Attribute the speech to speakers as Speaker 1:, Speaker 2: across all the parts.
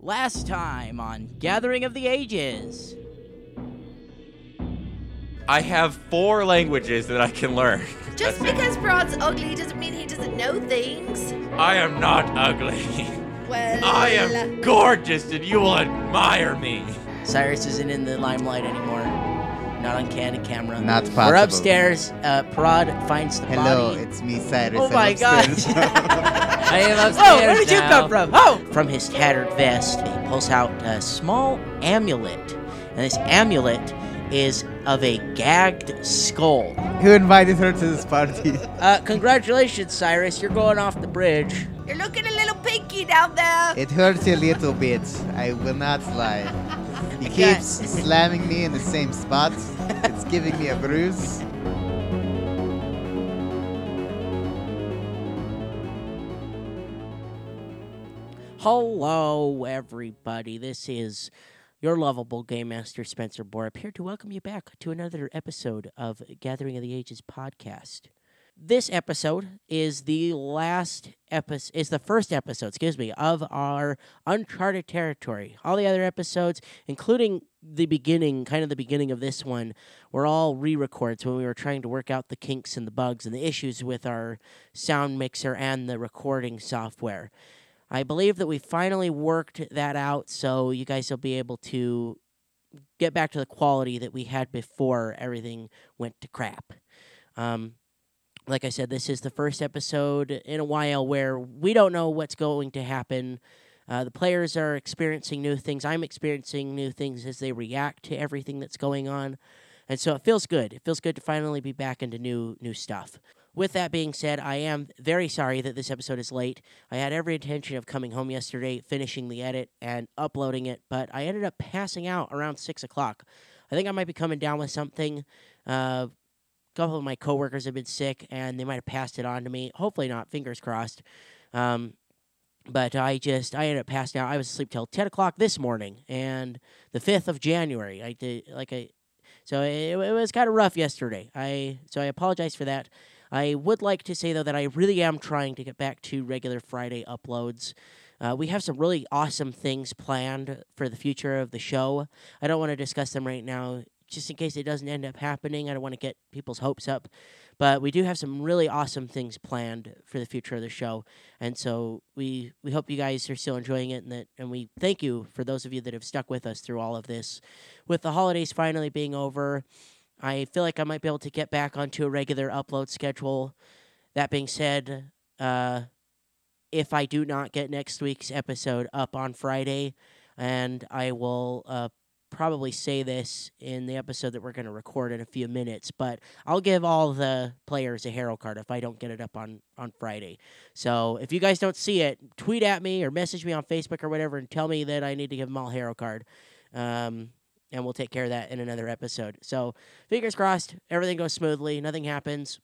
Speaker 1: Last time on Gathering of the Ages.
Speaker 2: I have four languages that I can learn.
Speaker 3: Just because Brad's ugly doesn't mean he doesn't know things.
Speaker 2: I am not ugly.
Speaker 3: Well,
Speaker 2: I am gorgeous and you will admire me.
Speaker 1: Cyrus isn't in the limelight anymore. Not on candid camera.
Speaker 4: Not
Speaker 1: We're
Speaker 4: possible.
Speaker 1: upstairs. Uh, Prod finds the
Speaker 4: Hello,
Speaker 1: body.
Speaker 4: it's me, Cyrus.
Speaker 1: Oh
Speaker 4: I'm
Speaker 1: my
Speaker 4: upstairs.
Speaker 1: gosh.
Speaker 5: I am upstairs
Speaker 1: oh, where did you
Speaker 5: now.
Speaker 1: come from? Oh! From his tattered vest, he pulls out a small amulet. And this amulet is of a gagged skull.
Speaker 4: Who invited her to this party?
Speaker 1: Uh, congratulations, Cyrus. You're going off the bridge.
Speaker 3: you're looking a little pinky down there.
Speaker 4: It hurts a little bit. I will not lie. He
Speaker 1: Okay.
Speaker 4: keeps slamming me in the same spot. It's giving me a bruise.
Speaker 1: Hello, everybody. This is your lovable game master, Spencer Borup, here to welcome you back to another episode of Gathering of the Ages podcast. This episode is the last episode, is the first episode, excuse me, of our Uncharted Territory. All the other episodes, including the beginning, kind of the beginning of this one, were all re records when we were trying to work out the kinks and the bugs and the issues with our sound mixer and the recording software. I believe that we finally worked that out, so you guys will be able to get back to the quality that we had before everything went to crap. Um, like I said, this is the first episode in a while where we don't know what's going to happen. Uh, the players are experiencing new things. I'm experiencing new things as they react to everything that's going on, and so it feels good. It feels good to finally be back into new new stuff. With that being said, I am very sorry that this episode is late. I had every intention of coming home yesterday, finishing the edit, and uploading it, but I ended up passing out around 6 o'clock. I think I might be coming down with something. Uh, a couple of my coworkers have been sick, and they might have passed it on to me. Hopefully not, fingers crossed. Um, but I just, I ended up passing out. I was asleep till 10 o'clock this morning, and the 5th of January. I did, like, I. So it, it was kind of rough yesterday. I so I apologize for that. I would like to say though that I really am trying to get back to regular Friday uploads. Uh, we have some really awesome things planned for the future of the show. I don't want to discuss them right now, just in case it doesn't end up happening. I don't want to get people's hopes up, but we do have some really awesome things planned for the future of the show, and so we we hope you guys are still enjoying it, and that and we thank you for those of you that have stuck with us through all of this. With the holidays finally being over, I feel like I might be able to get back onto a regular upload schedule. That being said, uh, if I do not get next week's episode up on Friday, and I will uh, probably say this in the episode that we're going to record in a few minutes, but I'll give all the players a hero card if I don't get it up on, on Friday. So if you guys don't see it, tweet at me or message me on Facebook or whatever and tell me that I need to give them all a hero card. Um, and we'll take care of that in another episode. So, fingers crossed, everything goes smoothly, nothing happens.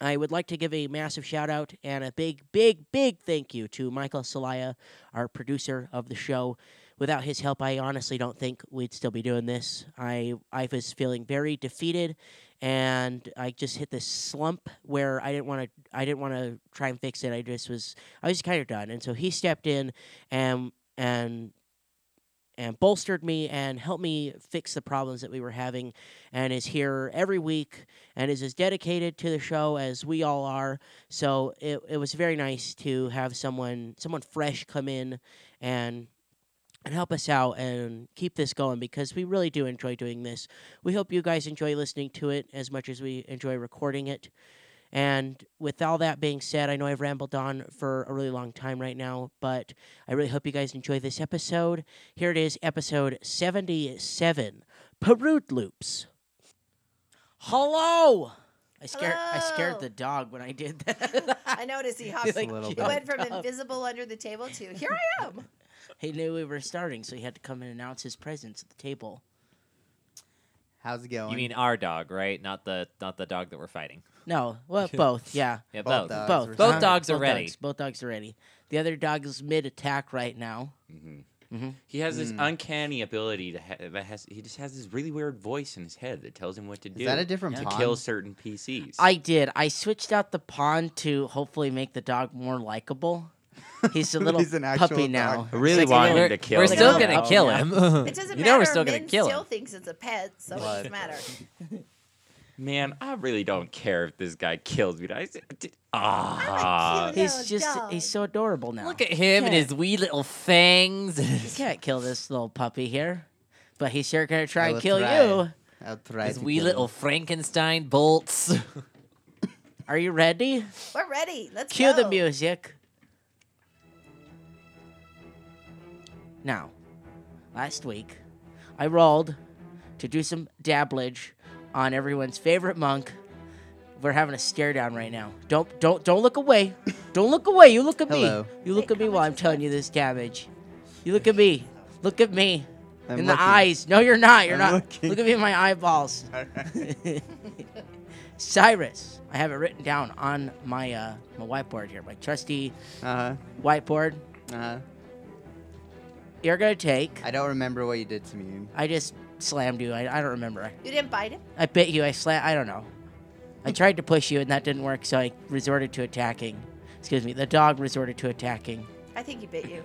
Speaker 1: I would like to give a massive shout out and a big, big, big thank you to Michael Salaya, our producer of the show. Without his help, I honestly don't think we'd still be doing this. I I was feeling very defeated, and I just hit this slump where I didn't want to I didn't want to try and fix it. I just was I was kind of done, and so he stepped in and and and bolstered me and helped me fix the problems that we were having and is here every week and is as dedicated to the show as we all are so it, it was very nice to have someone someone fresh come in and and help us out and keep this going because we really do enjoy doing this we hope you guys enjoy listening to it as much as we enjoy recording it and with all that being said, I know I've rambled on for a really long time right now, but I really hope you guys enjoy this episode. Here it is, episode 77 Perude Loops. Hello! I scared, I scared
Speaker 3: Hello.
Speaker 1: the dog when I did that.
Speaker 3: I noticed he hopped.
Speaker 1: like,
Speaker 3: He
Speaker 4: little bit.
Speaker 3: went from
Speaker 1: jumped up.
Speaker 3: invisible under the table to here I am.
Speaker 1: He knew we were starting, so he had to come and announce his presence at the table.
Speaker 4: How's it going?
Speaker 5: You mean our dog, right? Not the not the dog that we're fighting.
Speaker 1: No, well, both, yeah.
Speaker 5: Yeah,
Speaker 4: Both
Speaker 5: both.
Speaker 4: dogs.
Speaker 1: Both.
Speaker 4: were-
Speaker 5: Both
Speaker 1: huh?
Speaker 5: dogs are ready.
Speaker 1: dogs- both dogs are ready. The other dog is mid attack right now.
Speaker 2: He has this
Speaker 4: Mm.
Speaker 2: uncanny ability to ha- that has. He just has this really weird voice in his head that tells him what to do
Speaker 4: Is that a different
Speaker 1: Yeah.
Speaker 4: yeah.
Speaker 2: to kill certain PCs.
Speaker 1: I did. I switched out the pawn to hopefully make the dog more likable. He's a little
Speaker 4: He's an actual
Speaker 1: puppy
Speaker 4: dog.
Speaker 1: now.
Speaker 2: I really
Speaker 1: Six
Speaker 2: want
Speaker 1: years
Speaker 2: him
Speaker 1: old.
Speaker 2: to kill
Speaker 5: We're
Speaker 3: him.
Speaker 5: still
Speaker 3: No.
Speaker 5: gonna kill
Speaker 1: Oh, yeah.
Speaker 5: him.
Speaker 3: It doesn't
Speaker 5: you know
Speaker 3: matter.
Speaker 5: we're still gonna
Speaker 3: Min
Speaker 5: kill
Speaker 3: still
Speaker 5: him.
Speaker 3: thinks it's a pet, so it doesn't matter.
Speaker 2: Man, I really don't care if this guy kills me. I said, "D-
Speaker 3: I'm
Speaker 2: ah.
Speaker 3: a cute
Speaker 1: He's just
Speaker 3: dog.
Speaker 1: he's so adorable now.
Speaker 5: Look at him and
Speaker 1: Yeah.
Speaker 5: his wee little fangs.
Speaker 1: You can't kill this little puppy here, but he's sure gonna
Speaker 4: I
Speaker 1: try and
Speaker 4: will
Speaker 1: kill
Speaker 4: try.
Speaker 1: you.
Speaker 4: I'll try.
Speaker 5: His
Speaker 4: to
Speaker 5: wee
Speaker 4: kill
Speaker 5: little Frankenstein bolts.
Speaker 1: Are you ready?
Speaker 3: We're ready. Let's
Speaker 1: Cue the
Speaker 3: go.
Speaker 1: music. Now, last week, I rolled to do some dabblage on everyone's favorite monk. We're having a stare down right now. Don't don't don't look away. Don't look away. You look at
Speaker 4: Hello.
Speaker 1: me. You look
Speaker 3: Wait,
Speaker 1: at me
Speaker 3: how
Speaker 1: while
Speaker 3: much
Speaker 1: I'm
Speaker 3: is
Speaker 1: telling you this damage. You look at me. Look at me.
Speaker 4: I'm
Speaker 1: in the
Speaker 4: looking.
Speaker 1: eyes. No, you're not. You're
Speaker 4: I'm
Speaker 1: not.
Speaker 4: looking.
Speaker 1: Look at me in my eyeballs. Cyrus. I have it written down on my uh, my whiteboard here, my trusty
Speaker 4: Uh
Speaker 1: whiteboard.
Speaker 4: huh. Uh huh.
Speaker 1: You're gonna take.
Speaker 4: I don't remember what you did to me.
Speaker 1: I just slammed you. I, I don't remember. I,
Speaker 3: You didn't bite him.
Speaker 1: I bit you. I slam. I don't know. I tried to push you and that didn't work, so I resorted to attacking. Excuse me. The dog resorted to attacking.
Speaker 3: I think he bit you.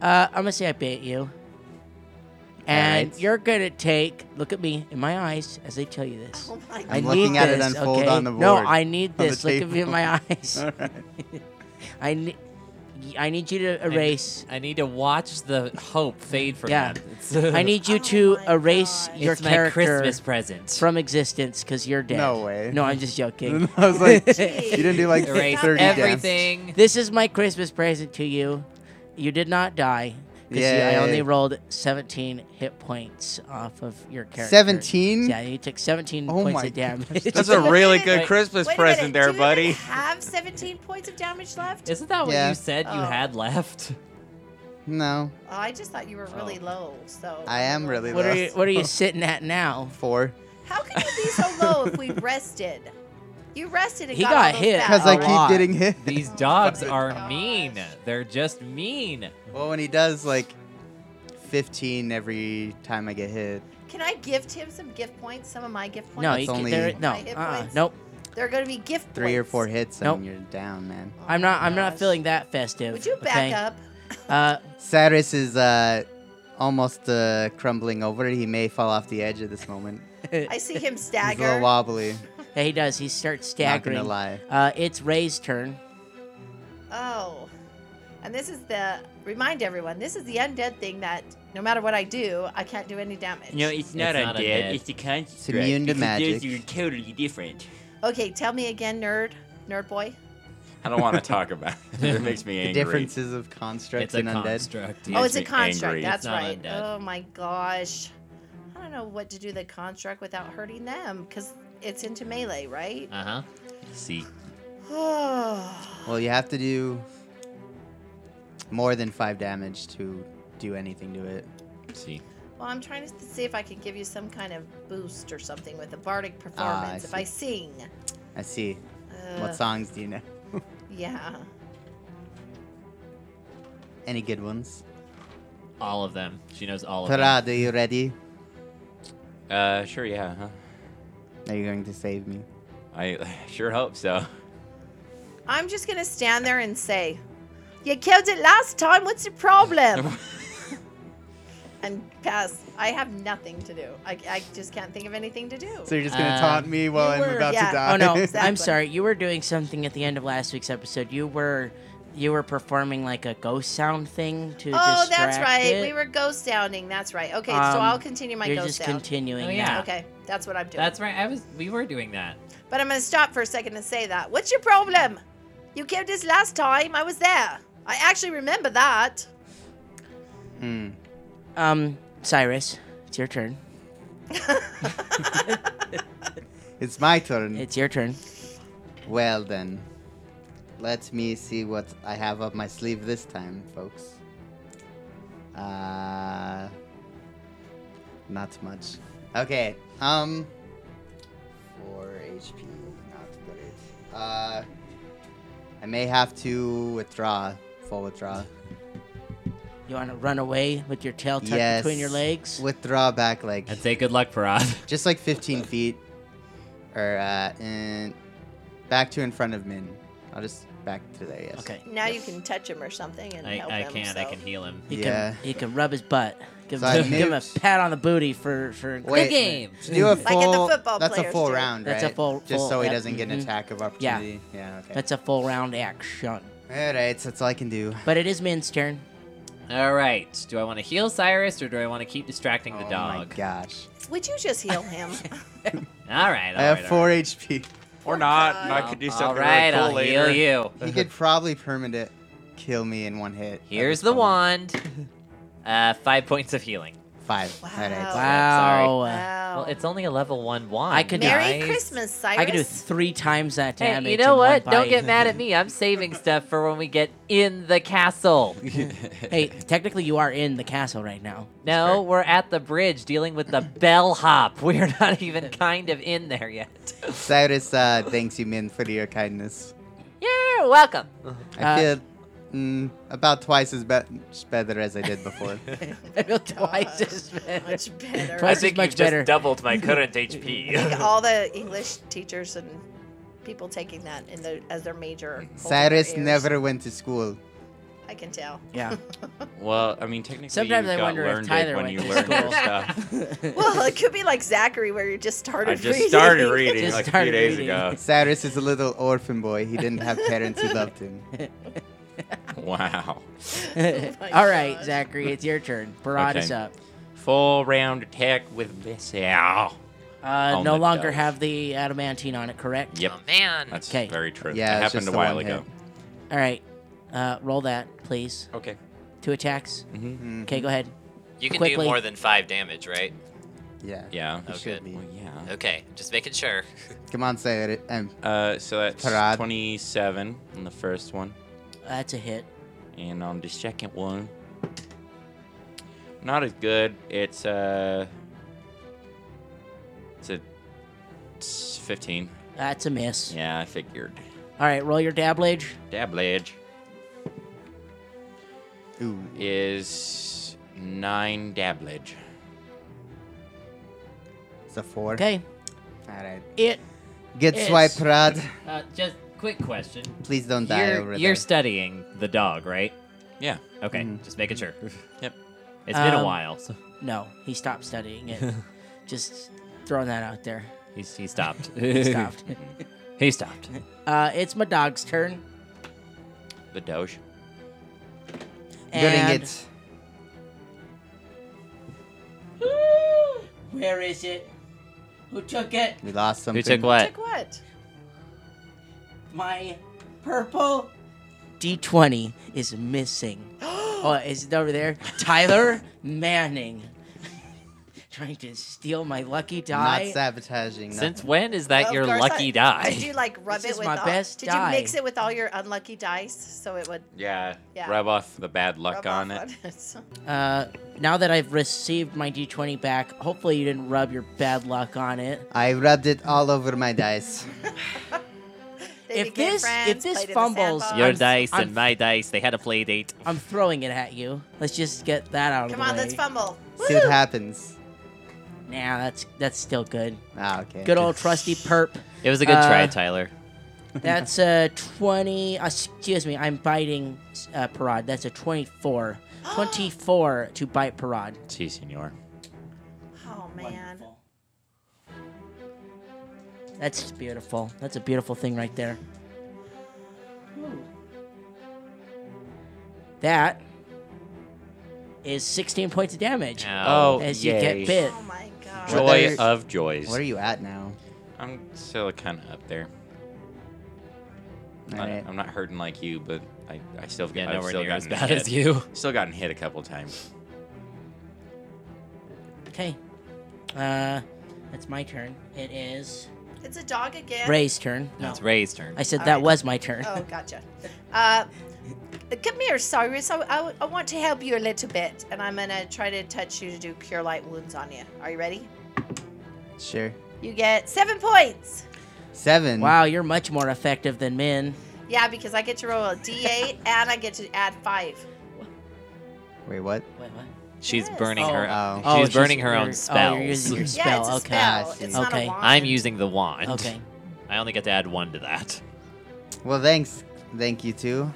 Speaker 1: Uh, I'm gonna say I bit you. And
Speaker 4: Alright.
Speaker 1: you're gonna take. Look at me in my eyes as I tell you this.
Speaker 3: Oh my
Speaker 1: I
Speaker 4: I'm
Speaker 3: god.
Speaker 1: need
Speaker 4: looking at it
Speaker 1: this,
Speaker 4: unfold
Speaker 1: okay?
Speaker 4: on the
Speaker 1: No,
Speaker 4: board,
Speaker 1: I need
Speaker 4: on the
Speaker 1: this. Look at me in
Speaker 4: table.
Speaker 1: my eyes.
Speaker 4: All right.
Speaker 1: I need. I need you to erase.
Speaker 5: I need to watch the hope fade from
Speaker 1: Yeah.
Speaker 5: him. It's,
Speaker 1: I need you
Speaker 3: Oh
Speaker 1: to
Speaker 3: my
Speaker 1: erase
Speaker 3: God.
Speaker 1: your
Speaker 5: it's my
Speaker 1: character
Speaker 5: Christmas present.
Speaker 1: from existence because you're dead.
Speaker 4: No way.
Speaker 1: No, I'm just joking.
Speaker 4: I was like, you
Speaker 3: Jeez.
Speaker 4: didn't do like
Speaker 5: Erase
Speaker 4: 30 deaths.
Speaker 5: everything.
Speaker 1: this is my Christmas present to you. You did not die. 'cause you- I
Speaker 4: Yay.
Speaker 1: only rolled 17 hit points off of your character.
Speaker 4: 17?
Speaker 1: Yeah, you took 17
Speaker 4: Oh
Speaker 1: points
Speaker 4: my
Speaker 1: of damage.
Speaker 2: That's a really good
Speaker 5: Wait,
Speaker 2: Christmas
Speaker 3: Wait a
Speaker 2: present
Speaker 3: minute,
Speaker 2: there,
Speaker 3: do you
Speaker 2: buddy.
Speaker 3: even have 17 points of damage left?
Speaker 5: Isn't that what
Speaker 4: Yeah.
Speaker 5: you said you
Speaker 3: Oh.
Speaker 5: had left?
Speaker 4: No,
Speaker 3: Oh, I just thought you were really
Speaker 2: Oh.
Speaker 3: low. So
Speaker 4: I am really
Speaker 1: what
Speaker 4: low.
Speaker 1: are you What are you sitting at now?
Speaker 4: four.
Speaker 3: How can you be so low if we rested? You rested and
Speaker 1: He
Speaker 3: got,
Speaker 1: got
Speaker 3: all those
Speaker 1: hit.
Speaker 3: back.
Speaker 4: Because
Speaker 1: A
Speaker 4: I keep
Speaker 1: lot.
Speaker 4: getting hit.
Speaker 5: These dogs are
Speaker 3: Gosh.
Speaker 5: mean. They're just mean.
Speaker 4: Well, when he does like 15 every time I get hit.
Speaker 3: Can I gift him some gift points? Some of my gift points.
Speaker 1: No,
Speaker 4: That's
Speaker 1: you can,
Speaker 4: only-
Speaker 1: there, no,
Speaker 3: My hit
Speaker 1: uh,
Speaker 3: points?
Speaker 1: nope.
Speaker 3: they're going to be gift points.
Speaker 4: Three or four hits
Speaker 1: Nope.
Speaker 4: and you're down, man.
Speaker 3: Oh
Speaker 1: I'm
Speaker 3: my
Speaker 1: not. I'm not
Speaker 3: gosh.
Speaker 1: feeling that festive.
Speaker 3: Would you back
Speaker 1: okay?
Speaker 3: up?
Speaker 1: Uh,
Speaker 4: Cyrus is uh, almost uh, crumbling over. He may fall off the edge at this moment.
Speaker 3: I see him
Speaker 4: He's a little
Speaker 3: stagger.
Speaker 4: wobbly.
Speaker 1: yeah, he does. He starts
Speaker 4: Not
Speaker 1: staggering.
Speaker 4: gonna lie.
Speaker 1: Uh, it's Ray's turn.
Speaker 3: Oh. And this is the remind everyone, this is the undead thing that no matter what I do, I can't do any damage.
Speaker 2: No, it's
Speaker 5: not
Speaker 2: not
Speaker 5: It's not undead, undead.
Speaker 2: undead.
Speaker 5: it's
Speaker 2: It's the conscious.
Speaker 4: It's immune to magic.
Speaker 2: Those are totally different.
Speaker 3: Okay, tell me again, nerd. Nerd boy.
Speaker 2: I don't want to talk about it. It makes me
Speaker 4: The
Speaker 2: angry.
Speaker 4: differences of constructs
Speaker 5: It's a
Speaker 4: and undead.
Speaker 5: construct.
Speaker 3: oh,
Speaker 5: yeah.
Speaker 2: makes
Speaker 3: it's a
Speaker 2: me
Speaker 3: construct.
Speaker 2: angry.
Speaker 3: That's
Speaker 5: It's not
Speaker 3: right.
Speaker 5: undead.
Speaker 3: Oh my gosh. I don't know what to do to the construct without hurting them cuz it's into melee, right?
Speaker 5: Uh huh. See.
Speaker 4: Well, you have to do more than five damage to do anything to it.
Speaker 2: See.
Speaker 3: Well, I'm trying to see if I can give you some kind of boost or something with a bardic
Speaker 4: Ah, I
Speaker 3: performance. if I sing.
Speaker 4: I see.
Speaker 3: Uh,
Speaker 4: What songs do you know?
Speaker 3: Yeah.
Speaker 4: Any good ones?
Speaker 5: All of them. She knows all of them.
Speaker 4: Parade, are you ready?
Speaker 2: Uh, sure, yeah, huh?
Speaker 4: Are you going to save me?
Speaker 2: I sure hope so.
Speaker 3: I'm just gonna stand there and say, "You killed it last time. What's the problem?" and pass. I have nothing to do. I, I just can't think of anything to do.
Speaker 4: So you're just
Speaker 5: gonna
Speaker 1: Uh,
Speaker 4: gonna
Speaker 5: Um, taunt
Speaker 4: taunt me while
Speaker 3: you I'm
Speaker 4: I'm
Speaker 3: were- about
Speaker 4: about
Speaker 3: to yeah. die?
Speaker 4: to die?
Speaker 1: Oh no, I'm
Speaker 3: Exactly.
Speaker 1: sorry. You were doing something at the end of last week's episode. You were, you were performing like a ghost sound thing to
Speaker 3: oh,
Speaker 1: distract
Speaker 3: that's right.
Speaker 1: it.
Speaker 3: We were ghost sounding. That's right. Okay, so
Speaker 1: Um,
Speaker 3: I'll continue my
Speaker 1: You're
Speaker 3: ghost
Speaker 1: just
Speaker 3: sound.
Speaker 1: continuing.
Speaker 5: Oh,
Speaker 1: that.
Speaker 5: yeah.
Speaker 3: okay, that's what I'm doing.
Speaker 5: That's right. I was. We were doing that.
Speaker 3: But I'm gonna stop for a second and say that. What's your problem? You killed this last time. I was there. I actually remember that.
Speaker 4: Hmm.
Speaker 1: Um, Cyrus, it's your turn.
Speaker 4: It's my turn.
Speaker 1: It's your turn.
Speaker 4: Well then, let me see what I have up my sleeve this time, folks. Uh, not much. Okay. Um, four HP. Not good. Uh, I may have to withdraw. Full withdraw.
Speaker 1: You want to run away with your tail tucked
Speaker 4: yes.
Speaker 1: between your legs?
Speaker 4: Withdraw back like
Speaker 5: And say good luck, Parad.
Speaker 4: just like 15 feet, or uh, in, back to in front of Min. I'll just back to there. Yes.
Speaker 1: Okay.
Speaker 3: Now you can touch him or something and help
Speaker 5: I, I
Speaker 3: him.
Speaker 5: can.
Speaker 3: so.
Speaker 5: I can heal him.
Speaker 1: He
Speaker 4: Yeah.
Speaker 1: can he can rub his butt. Give,
Speaker 4: So I
Speaker 1: him, give him a
Speaker 4: moved-
Speaker 1: pat on the booty for for
Speaker 4: Wait.
Speaker 5: Good game.
Speaker 4: To do a
Speaker 3: at the
Speaker 4: full.
Speaker 3: football
Speaker 4: that's a
Speaker 3: players
Speaker 4: full
Speaker 3: do.
Speaker 4: round, right?
Speaker 1: That's a full-
Speaker 4: Just
Speaker 1: full-
Speaker 4: so he
Speaker 1: yep,
Speaker 4: doesn't get an
Speaker 1: mhm.
Speaker 4: attack of
Speaker 1: Yeah.
Speaker 4: opportunity. Yeah. okay.
Speaker 1: that's a full round action.
Speaker 4: All right. So that's all I can do.
Speaker 1: But it is Min's turn.
Speaker 5: All right. Do I want to heal Cyrus or do I want to keep distracting the
Speaker 4: oh
Speaker 5: dog?
Speaker 4: my gosh.
Speaker 3: Would you just heal him?
Speaker 5: All right.
Speaker 4: I
Speaker 5: all
Speaker 4: have
Speaker 5: right, all
Speaker 4: four
Speaker 5: right.
Speaker 4: HP.
Speaker 2: Or not, and I
Speaker 3: God.
Speaker 2: could do
Speaker 5: All
Speaker 2: something
Speaker 5: right,
Speaker 2: really cool
Speaker 5: I'll
Speaker 2: later.
Speaker 5: heal you.
Speaker 4: He could probably permanent kill me in one hit. That'd
Speaker 5: Here's
Speaker 4: be
Speaker 5: the
Speaker 4: fun.
Speaker 5: wand. Uh, five points of healing.
Speaker 4: Five. All right.
Speaker 3: Wow.
Speaker 5: Oh,
Speaker 1: Wow.
Speaker 3: wow.
Speaker 5: Well, it's only a level one wand.
Speaker 1: I could-
Speaker 3: Merry
Speaker 5: guys.
Speaker 3: Christmas, Cyrus.
Speaker 1: I can do three times that
Speaker 5: Hey,
Speaker 1: damage.
Speaker 5: you know
Speaker 1: in one
Speaker 5: what? Don't
Speaker 1: bite.
Speaker 5: get mad at me. I'm saving stuff for when we get in the castle.
Speaker 1: hey, technically you are in the castle right now.
Speaker 5: No, we're at the bridge dealing with the bellhop. We're not even kind of in there yet.
Speaker 4: Cyrus uh, thanks you, Min, for your kindness.
Speaker 5: You're welcome.
Speaker 4: I
Speaker 1: Uh,
Speaker 4: feel mm, about twice as be- better as I did before.
Speaker 1: I feel twice as better.
Speaker 3: Much better.
Speaker 1: Twice- This is much better.
Speaker 5: doubled my current
Speaker 3: I
Speaker 5: HP.
Speaker 3: think all the English teachers and people taking that in their, as their major. holding their
Speaker 4: Cyrus
Speaker 3: ears.
Speaker 4: never went to school.
Speaker 3: I can tell.
Speaker 1: Yeah.
Speaker 2: Well, I mean, technically,
Speaker 1: Sometimes
Speaker 2: you
Speaker 1: I
Speaker 2: got
Speaker 1: wonder if
Speaker 2: learned
Speaker 1: Tyler
Speaker 2: it when
Speaker 1: went
Speaker 2: you
Speaker 1: to
Speaker 2: learned your
Speaker 1: school.
Speaker 2: stuff.
Speaker 3: Well, it could be like Zachary, where you just started.
Speaker 2: I just
Speaker 3: reading.
Speaker 2: started reading
Speaker 1: Just
Speaker 2: like a
Speaker 1: started
Speaker 2: few days
Speaker 1: reading.
Speaker 2: ago.
Speaker 4: Cyrus is a little orphan boy. He didn't have parents who loved him.
Speaker 2: Wow.
Speaker 3: Oh my
Speaker 1: All right,
Speaker 3: gosh.
Speaker 1: Zachary, it's your turn. Barad
Speaker 2: Okay.
Speaker 1: is up.
Speaker 2: Full round attack with missile.
Speaker 1: Uh,
Speaker 2: Oh,
Speaker 1: no
Speaker 2: my
Speaker 1: longer
Speaker 2: gosh.
Speaker 1: have the adamantine on it, correct?
Speaker 2: Yep,
Speaker 5: Oh, man.
Speaker 2: that's
Speaker 1: 'Kay.
Speaker 2: very true.
Speaker 4: Yeah,
Speaker 2: that
Speaker 4: it's
Speaker 2: happened
Speaker 4: just
Speaker 2: a
Speaker 4: the
Speaker 2: while
Speaker 4: one
Speaker 2: ago.
Speaker 1: All right. Uh, roll that, please.
Speaker 2: Okay.
Speaker 1: Two attacks.
Speaker 2: hmm
Speaker 4: Mm,
Speaker 1: Okay, go ahead.
Speaker 6: You can
Speaker 1: Quickly.
Speaker 6: do more than five damage, right?
Speaker 4: yeah.
Speaker 2: Yeah.
Speaker 4: he
Speaker 5: Oh,
Speaker 6: Okay.
Speaker 4: should be.
Speaker 2: Well, yeah.
Speaker 6: Okay, just making sure.
Speaker 4: Come on, Cyrus. Um,
Speaker 2: Uh, so that's
Speaker 4: Parad.
Speaker 2: 27 on the first one,
Speaker 1: That's a hit.
Speaker 2: and on the second one, not as good. It's uh, it's a it's 15.
Speaker 1: That's a miss.
Speaker 2: Yeah, I figured.
Speaker 1: All right, roll your dablage.
Speaker 2: Dablage
Speaker 4: ooh.
Speaker 2: is nine dablage.
Speaker 4: It's a four.
Speaker 1: Okay.
Speaker 4: All right.
Speaker 1: It.
Speaker 4: Good
Speaker 1: It's-
Speaker 4: swipe, Prad.
Speaker 5: Uh, just quick question.
Speaker 4: Please don't die
Speaker 5: You're,
Speaker 4: over
Speaker 5: you're
Speaker 4: there.
Speaker 5: studying the dog, right?
Speaker 2: Yeah.
Speaker 5: Okay,
Speaker 4: Mhm.
Speaker 5: just making sure.
Speaker 2: Yep.
Speaker 5: It's been
Speaker 1: Mm. Um,
Speaker 5: a while. So
Speaker 1: No, he stopped studying it. Just throwing that out there.
Speaker 5: he's, he stopped.
Speaker 1: He stopped.
Speaker 5: he stopped.
Speaker 1: Uh, it's my dog's turn.
Speaker 2: The doge.
Speaker 1: And
Speaker 4: Doing it.
Speaker 1: Where is it? Who took it?
Speaker 4: We lost something.
Speaker 5: Who took what?
Speaker 3: Took what?
Speaker 1: My purple D20 is missing. oh, is it over there? Tyler Manning. Trying to steal my lucky die.
Speaker 4: Not sabotaging.
Speaker 5: Since
Speaker 4: nothing.
Speaker 5: when is that
Speaker 3: Of
Speaker 5: your
Speaker 3: course,
Speaker 5: lucky
Speaker 3: I-
Speaker 5: die?
Speaker 3: Oh, Did you like rub
Speaker 1: This
Speaker 3: it
Speaker 1: is
Speaker 3: with
Speaker 1: my
Speaker 3: all,
Speaker 1: best
Speaker 3: Did
Speaker 1: die.
Speaker 3: you mix it with all your unlucky dice so it would
Speaker 2: Yeah.
Speaker 3: Yeah.
Speaker 2: Rub off the bad luck
Speaker 3: rub off
Speaker 2: on it.
Speaker 3: it?
Speaker 1: Uh, now that I've received my D20 back, hopefully you didn't rub your bad luck on it.
Speaker 4: I rubbed it all over my dice.
Speaker 3: They
Speaker 1: If
Speaker 3: became
Speaker 1: this- if
Speaker 3: friends,
Speaker 1: this
Speaker 3: played in the
Speaker 1: fumbles,
Speaker 3: sandbox.
Speaker 5: Your
Speaker 1: I'm-
Speaker 5: dice
Speaker 1: I'm-
Speaker 5: and my dice, they had a play date.
Speaker 1: I'm throwing it at you. Let's just get that out of
Speaker 3: Come
Speaker 1: the
Speaker 3: on,
Speaker 1: way.
Speaker 3: let's fumble.
Speaker 4: See what happens.
Speaker 1: Nah, that's that's still good.
Speaker 4: Ah, okay.
Speaker 1: Good old trusty perp.
Speaker 5: It was a good try,
Speaker 1: Uh,
Speaker 5: Tyler.
Speaker 1: That's a 20. Uh, excuse me, I'm biting uh, Parad. That's a 24. 24 to bite Parad.
Speaker 2: Si, senor.
Speaker 3: Oh man.
Speaker 1: Wonderful. That's beautiful. That's a beautiful thing right there. That is 16 points of damage
Speaker 2: Oh,
Speaker 1: as you get
Speaker 2: yay.
Speaker 1: bit.
Speaker 3: Oh my god.
Speaker 4: What
Speaker 2: Joy
Speaker 4: the-
Speaker 2: of joys.
Speaker 4: Where are you at now?
Speaker 2: I'm still kind of up there.
Speaker 4: All
Speaker 2: I,
Speaker 4: right.
Speaker 2: I'm not hurting like you, but I, I still
Speaker 5: Yeah,
Speaker 2: get I've
Speaker 5: nowhere
Speaker 2: still
Speaker 5: near as
Speaker 2: gotten
Speaker 5: bad
Speaker 2: hit.
Speaker 5: as you.
Speaker 2: Still gotten hit a couple times.
Speaker 1: Okay. Uh, that's my turn. It is
Speaker 3: It's a dog again.
Speaker 1: Ray's turn. No,
Speaker 5: That's Ray's turn.
Speaker 1: I said
Speaker 3: All
Speaker 1: that
Speaker 3: right.
Speaker 1: was my turn.
Speaker 3: Oh, gotcha. Uh, come here, Cyrus. I, I, I want to help you a little bit, and I'm gonna try to touch you to do cure light wounds on you. Are you ready?
Speaker 4: Sure.
Speaker 3: You get seven points.
Speaker 4: Seven.
Speaker 1: Wow, you're much more effective than men.
Speaker 3: Yeah, because I get to roll a D8 and I get to add five.
Speaker 4: Wait, what?
Speaker 1: Wait, what?
Speaker 5: She's
Speaker 3: Yes.
Speaker 5: burning
Speaker 1: Oh.
Speaker 5: her.
Speaker 4: Oh.
Speaker 5: She's burning her own
Speaker 1: you're- Oh, you're using your
Speaker 5: spells.
Speaker 1: spell.
Speaker 3: Yeah, it's a
Speaker 1: okay.
Speaker 4: I
Speaker 3: spell.
Speaker 4: see.
Speaker 3: It's not
Speaker 1: Okay.
Speaker 3: a wand.
Speaker 5: I'm using the wand.
Speaker 1: Okay.
Speaker 5: I only get to add one to that.
Speaker 4: Well, thanks, Thank you too.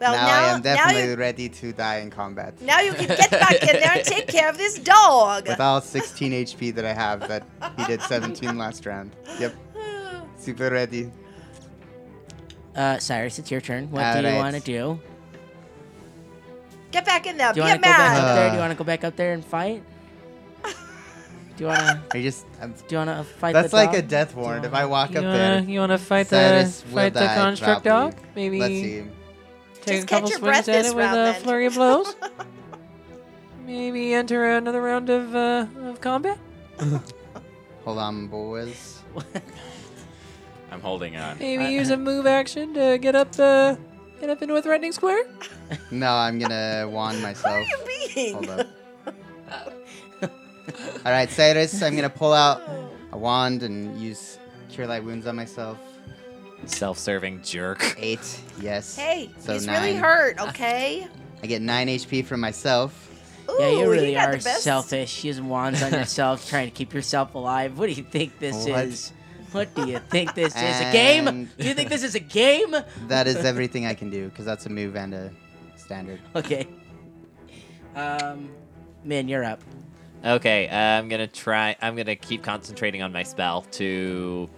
Speaker 3: Well,
Speaker 4: now,
Speaker 3: now,
Speaker 4: I am definitely
Speaker 3: now you,
Speaker 4: ready to die in combat.
Speaker 3: now you can get back in there and take care of this dog.
Speaker 4: With all 16 HP that I have, that he did 17 last round. Yep, super ready.
Speaker 1: Uh, Cyrus, it's your turn. What do you
Speaker 4: Alright.
Speaker 1: want to do?
Speaker 3: get back in there.
Speaker 1: Do
Speaker 3: Be
Speaker 1: you
Speaker 3: a
Speaker 1: want to go back
Speaker 3: man.
Speaker 1: up there? Do you
Speaker 4: Uh.
Speaker 1: want to go back up there and fight? Do you want to?
Speaker 4: I just, I'm,
Speaker 1: Do you want to fight?
Speaker 4: that's
Speaker 1: the
Speaker 4: like
Speaker 1: dog?
Speaker 4: a death warrant. If I walk
Speaker 5: you
Speaker 4: up
Speaker 5: wanna,
Speaker 4: there,
Speaker 5: You wanna fight
Speaker 4: Cyrus
Speaker 5: the
Speaker 4: will
Speaker 5: fight the
Speaker 4: die,
Speaker 5: construct
Speaker 4: probably.
Speaker 5: dog? Maybe
Speaker 4: let's see.
Speaker 5: take
Speaker 3: Just
Speaker 5: a
Speaker 3: catch
Speaker 5: couple
Speaker 3: your
Speaker 5: swings
Speaker 3: breath
Speaker 5: at
Speaker 3: this
Speaker 5: it with
Speaker 3: round,
Speaker 5: a
Speaker 3: then.
Speaker 5: flurry of blows. Maybe enter another round of uh, of combat.
Speaker 4: Hold on, boys.
Speaker 2: I'm holding on.
Speaker 5: Maybe
Speaker 4: Uh,
Speaker 5: use a move action to get up uh, get up into a threatening square.
Speaker 4: No, I'm gonna wand myself.
Speaker 3: Who are you being?
Speaker 4: Hold up. All right, Cyrus, I'm gonna pull out a wand and use cure light wounds on myself.
Speaker 5: Self-serving jerk.
Speaker 4: Eight, yes.
Speaker 3: Hey,
Speaker 4: So
Speaker 3: he's really
Speaker 4: nine.
Speaker 3: hurt, okay?
Speaker 4: I get nine HP from myself.
Speaker 3: Ooh,
Speaker 1: Yeah, you
Speaker 3: he
Speaker 1: really
Speaker 3: got
Speaker 1: are
Speaker 3: the best-
Speaker 1: selfish. Using wands on yourself, trying to keep yourself alive. What do you think this
Speaker 4: What?
Speaker 1: is? What do you think this is? A game?
Speaker 4: And-
Speaker 1: Do you think this is a game?
Speaker 4: That is everything I can do because that's a move and a standard.
Speaker 1: Okay. Um, man, you're up.
Speaker 5: Okay, uh, I'm gonna try. I'm gonna keep concentrating on my spell to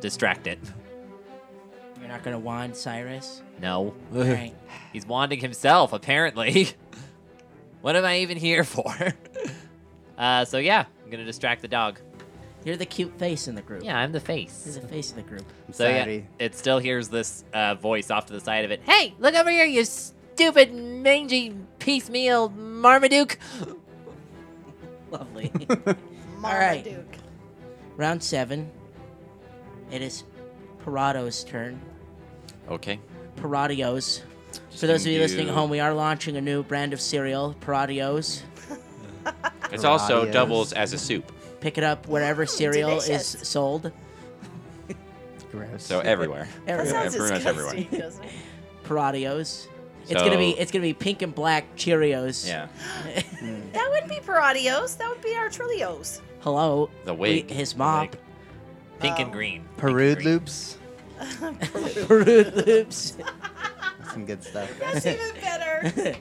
Speaker 5: distract it.
Speaker 1: You're not gonna wand Cyrus.
Speaker 5: No,
Speaker 1: All right.
Speaker 5: he's wanding himself. Apparently, what am I even here for? uh, so yeah, I'm gonna distract the dog.
Speaker 1: You're the cute face in the group.
Speaker 5: Yeah, I'm the
Speaker 1: You're
Speaker 5: face.
Speaker 1: the face in the group.
Speaker 4: I'm
Speaker 5: So yeah,
Speaker 4: sorry.
Speaker 5: it still hears this uh, voice off to the side of it. Hey, look over here, you stupid mangy piecemeal Marmaduke.
Speaker 1: Lovely. right.
Speaker 3: Marmaduke.
Speaker 1: Round seven. It is Parado's turn.
Speaker 2: Okay.
Speaker 1: Paradios. For those of you listening at home, we are launching a new brand of cereal, Paradios.
Speaker 2: It also
Speaker 4: Paradios.
Speaker 2: doubles as a soup,
Speaker 1: Pick it up wherever cereal
Speaker 3: delicious.
Speaker 1: is sold.
Speaker 4: Gross.
Speaker 2: so everywhere.
Speaker 3: That
Speaker 1: Everywhere.
Speaker 3: sounds
Speaker 2: Yeah, pretty much everyone.
Speaker 3: disgusting, doesn't it?
Speaker 1: Paradios. It's gonna be
Speaker 2: So-
Speaker 1: it's gonna be pink and black Cheerios.
Speaker 2: Yeah.
Speaker 3: That would be Paradios. That would be our Trillios.
Speaker 1: Hello.
Speaker 2: The
Speaker 1: we-
Speaker 2: wig.
Speaker 1: his mop.
Speaker 5: wig. Pink
Speaker 3: Oh.
Speaker 5: and green. Pink and
Speaker 4: Perude
Speaker 5: green.
Speaker 4: loops.
Speaker 1: Fruit Loops.
Speaker 4: Some good stuff.
Speaker 3: That's even better.
Speaker 1: okay.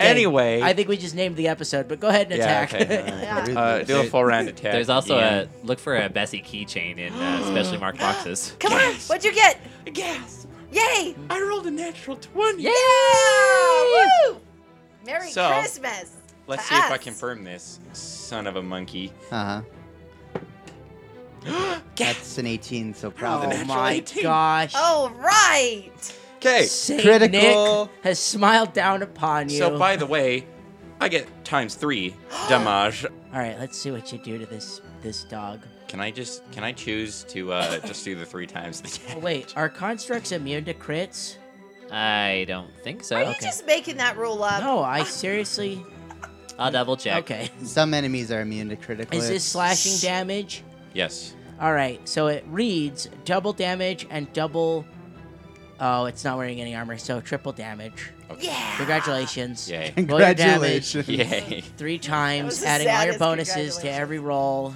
Speaker 2: Anyway.
Speaker 1: I think we just named the episode, but go ahead and
Speaker 2: Yeah,
Speaker 1: attack.
Speaker 2: okay, all right.
Speaker 3: Yeah.
Speaker 4: Perude
Speaker 2: Uh,
Speaker 4: loops.
Speaker 2: do a full round attack.
Speaker 5: There's also
Speaker 2: Ian.
Speaker 5: a look for a Bessie keychain in uh, specially marked boxes.
Speaker 3: Come on, what'd you get?
Speaker 2: Gas!
Speaker 3: Yay!
Speaker 2: I rolled a natural 20!
Speaker 5: Yeah!
Speaker 3: Woo! Merry
Speaker 2: So-
Speaker 3: Christmas.
Speaker 2: Let's
Speaker 3: to
Speaker 2: see if I
Speaker 3: us.
Speaker 2: confirm this, son of a monkey.
Speaker 4: Uh huh.
Speaker 2: Gas!
Speaker 4: That's an 18, so
Speaker 1: Oh
Speaker 4: probably.
Speaker 2: natural
Speaker 1: my
Speaker 2: 18.
Speaker 1: gosh.
Speaker 3: All right.
Speaker 2: Okay,
Speaker 1: Saint
Speaker 4: Critical.
Speaker 1: Nick has smiled down upon you.
Speaker 2: so by the way, I get times three damage.
Speaker 1: All right, let's see what you do to this this dog.
Speaker 2: Can I just, can I choose to uh, just do the three times the
Speaker 1: Oh,
Speaker 2: damage?
Speaker 1: wait, are constructs immune to crits?
Speaker 5: I don't think so.
Speaker 3: Are you just making that rule up?
Speaker 1: No, I seriously.
Speaker 5: I'll double check.
Speaker 1: Okay.
Speaker 4: Some enemies are immune to critical.
Speaker 1: Is this
Speaker 4: hits.
Speaker 1: slashing damage?
Speaker 2: Yes.
Speaker 1: All right, so it reads double damage and double. Oh, it's not wearing any armor, so triple damage.
Speaker 2: Okay.
Speaker 3: Yeah.
Speaker 1: Congratulations.
Speaker 2: Yay.
Speaker 1: Roll your damage
Speaker 4: Congratulations.
Speaker 2: Yay.
Speaker 1: Three
Speaker 3: was
Speaker 1: times,
Speaker 3: the
Speaker 1: adding all your
Speaker 3: saddest
Speaker 1: bonuses to
Speaker 3: congratulations.
Speaker 1: every roll.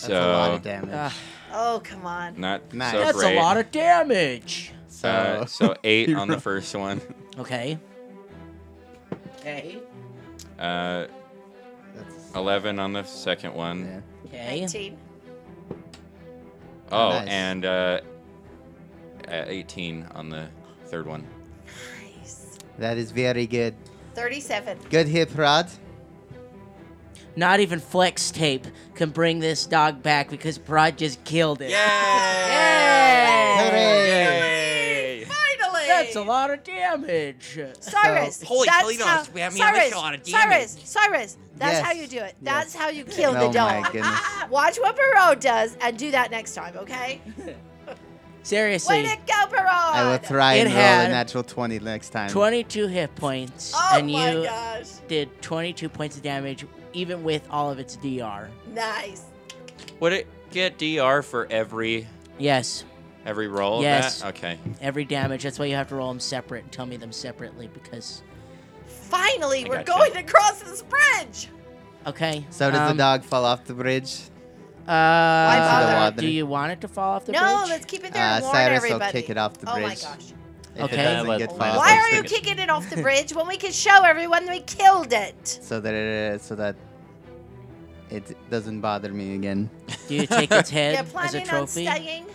Speaker 4: That's a lot
Speaker 2: So, uh,
Speaker 4: of damage.
Speaker 1: Ugh,
Speaker 3: Oh, come on.
Speaker 2: not
Speaker 4: Nice.
Speaker 2: so
Speaker 1: that's
Speaker 2: great.
Speaker 1: a lot of damage.
Speaker 4: so,
Speaker 2: Uh, so eight
Speaker 4: Oh. You
Speaker 2: on the
Speaker 4: roll-
Speaker 2: first one.
Speaker 1: Okay. Okay.
Speaker 2: Uh,
Speaker 4: that's-
Speaker 2: 11 on the second one.
Speaker 4: yeah.
Speaker 1: Okay.
Speaker 3: 19.
Speaker 2: Oh,
Speaker 4: Nice.
Speaker 2: and uh, uh, 18 on the third one.
Speaker 3: Nice.
Speaker 4: That is very good.
Speaker 3: 37.
Speaker 4: Good hit, Rod.
Speaker 1: Not even flex tape can bring this dog back because Parad just killed it.
Speaker 2: Hooray!
Speaker 3: Finally.
Speaker 1: That's a lot of damage.
Speaker 3: Cyrus,
Speaker 2: Holy
Speaker 3: that's
Speaker 2: Toledo,
Speaker 3: how,
Speaker 2: we haven't even
Speaker 3: Cyrus,
Speaker 2: hit a lot of damage.
Speaker 3: Cyrus, Cyrus, that's
Speaker 4: Yes,
Speaker 3: how you do it. That's
Speaker 4: yes.
Speaker 3: how you kill
Speaker 4: Oh
Speaker 3: the
Speaker 4: my
Speaker 3: dog.
Speaker 4: goodness.
Speaker 3: Watch what Perot does and do that next time, okay? Way
Speaker 1: Seriously,
Speaker 3: to go, Perot!
Speaker 4: I will try
Speaker 1: It
Speaker 4: and roll
Speaker 1: had
Speaker 4: a natural 20 next time.
Speaker 1: 22 hit points,
Speaker 3: Oh
Speaker 1: and
Speaker 3: my
Speaker 1: you
Speaker 3: gosh.
Speaker 1: did 22 points of damage, even with all of its DR.
Speaker 3: Nice.
Speaker 2: Would it get DR for every
Speaker 1: Yes,
Speaker 2: every roll? of
Speaker 1: Yes.
Speaker 2: That? Okay.
Speaker 1: every damage. That's why you have to roll them separate and tell me them separately because.
Speaker 3: Finally,
Speaker 2: I
Speaker 3: we're
Speaker 2: gotcha.
Speaker 3: going to cross this bridge.
Speaker 1: Okay.
Speaker 4: So does
Speaker 1: um, uh,
Speaker 4: the dog fall off the bridge? bother?
Speaker 1: do you want it to fall off the
Speaker 3: no,
Speaker 1: bridge?
Speaker 3: let's keep it there
Speaker 4: Uh,
Speaker 3: and warn
Speaker 4: Cyrus
Speaker 3: everybody.
Speaker 4: will kick it off the
Speaker 3: oh my
Speaker 4: bridge.
Speaker 3: gosh.
Speaker 4: If
Speaker 1: Okay.
Speaker 4: it
Speaker 5: Well,
Speaker 4: doesn't get
Speaker 5: well,
Speaker 4: far.
Speaker 3: Why are
Speaker 5: let's
Speaker 3: you
Speaker 5: take
Speaker 3: kicking it off the bridge when we can show everyone we killed it?
Speaker 4: So that it, so that it doesn't bother me again.
Speaker 1: Do you take its head
Speaker 3: You're
Speaker 1: as a
Speaker 3: planning on
Speaker 1: trophy?
Speaker 3: staying?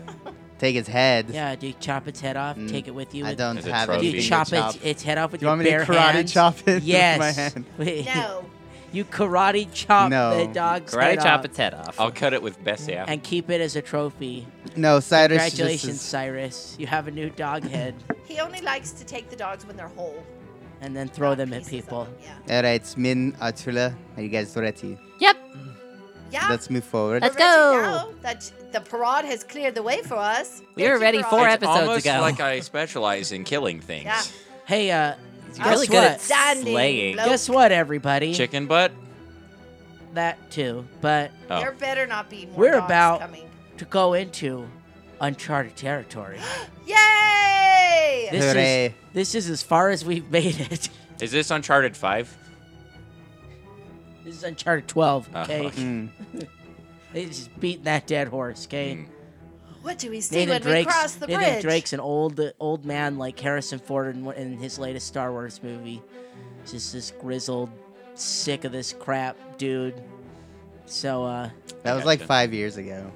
Speaker 4: Take its head.
Speaker 1: Yeah, do you chop its head off?
Speaker 4: Mm,
Speaker 1: take it with you?
Speaker 4: I
Speaker 1: with-
Speaker 4: don't
Speaker 2: As a
Speaker 4: have
Speaker 1: Do
Speaker 2: trophy.
Speaker 4: anything
Speaker 1: you
Speaker 4: to
Speaker 1: chop,
Speaker 4: chop.
Speaker 1: It, its head off with
Speaker 4: Do you
Speaker 1: your
Speaker 4: want me to
Speaker 1: bare
Speaker 4: karate
Speaker 1: hands?
Speaker 4: chop it
Speaker 1: yes.
Speaker 4: with my hand?
Speaker 3: No.
Speaker 1: you karate chop the
Speaker 4: No.
Speaker 1: dog's head
Speaker 5: Karate chop
Speaker 1: off
Speaker 5: its head off.
Speaker 2: I'll cut it with Bess after.
Speaker 1: and keep it as a trophy.
Speaker 4: No, Cyrus. just
Speaker 1: Congratulations,
Speaker 4: is-
Speaker 1: Cyrus. You have a new dog head,
Speaker 3: He only likes to take the dogs when they're whole.
Speaker 1: and then throw
Speaker 3: not
Speaker 1: them at
Speaker 3: pieces of
Speaker 1: people.
Speaker 3: them, Yeah.
Speaker 4: All right, Min, Atula, are you guys ready?
Speaker 5: Yep.
Speaker 3: Yeah.
Speaker 4: Let's move forward.
Speaker 5: Let's
Speaker 3: we're ready
Speaker 5: go.
Speaker 3: now That the parade has cleared the way for us.
Speaker 5: We were ready
Speaker 3: for
Speaker 5: four
Speaker 2: it's
Speaker 5: episodes
Speaker 2: almost
Speaker 5: ago.
Speaker 2: like I specialize in killing things.
Speaker 3: Yeah.
Speaker 1: Hey, uh,
Speaker 5: He's
Speaker 1: guess
Speaker 5: really
Speaker 1: what?
Speaker 5: good at
Speaker 3: Standing
Speaker 5: slaying.
Speaker 3: blow.
Speaker 1: Guess what, everybody?
Speaker 2: Chicken butt.
Speaker 1: That too. But
Speaker 2: Oh.
Speaker 3: There better not be more
Speaker 1: We're
Speaker 3: dogs
Speaker 1: about-
Speaker 3: coming.
Speaker 1: to go into uncharted territory.
Speaker 3: Yay!
Speaker 1: This is
Speaker 4: Hooray.
Speaker 1: this is as far as we've made it.
Speaker 2: Is this Uncharted Five?
Speaker 1: This is Uncharted 12.
Speaker 2: Oh,
Speaker 1: Okay,
Speaker 5: Uh-huh.
Speaker 2: okay.
Speaker 4: Mm.
Speaker 1: they just beating that dead horse. Okay,
Speaker 5: Hmm.
Speaker 2: Mm.
Speaker 3: what do we see
Speaker 1: Nathan
Speaker 3: when we cross
Speaker 1: Drake's
Speaker 3: the
Speaker 1: Nathan
Speaker 3: bridge?
Speaker 1: Drake's an old old man like Harrison Ford in, one- in his latest Star Wars movie. Just this grizzled, sick of this crap dude. So uh,
Speaker 4: That was like
Speaker 2: Gotcha.
Speaker 4: five years ago.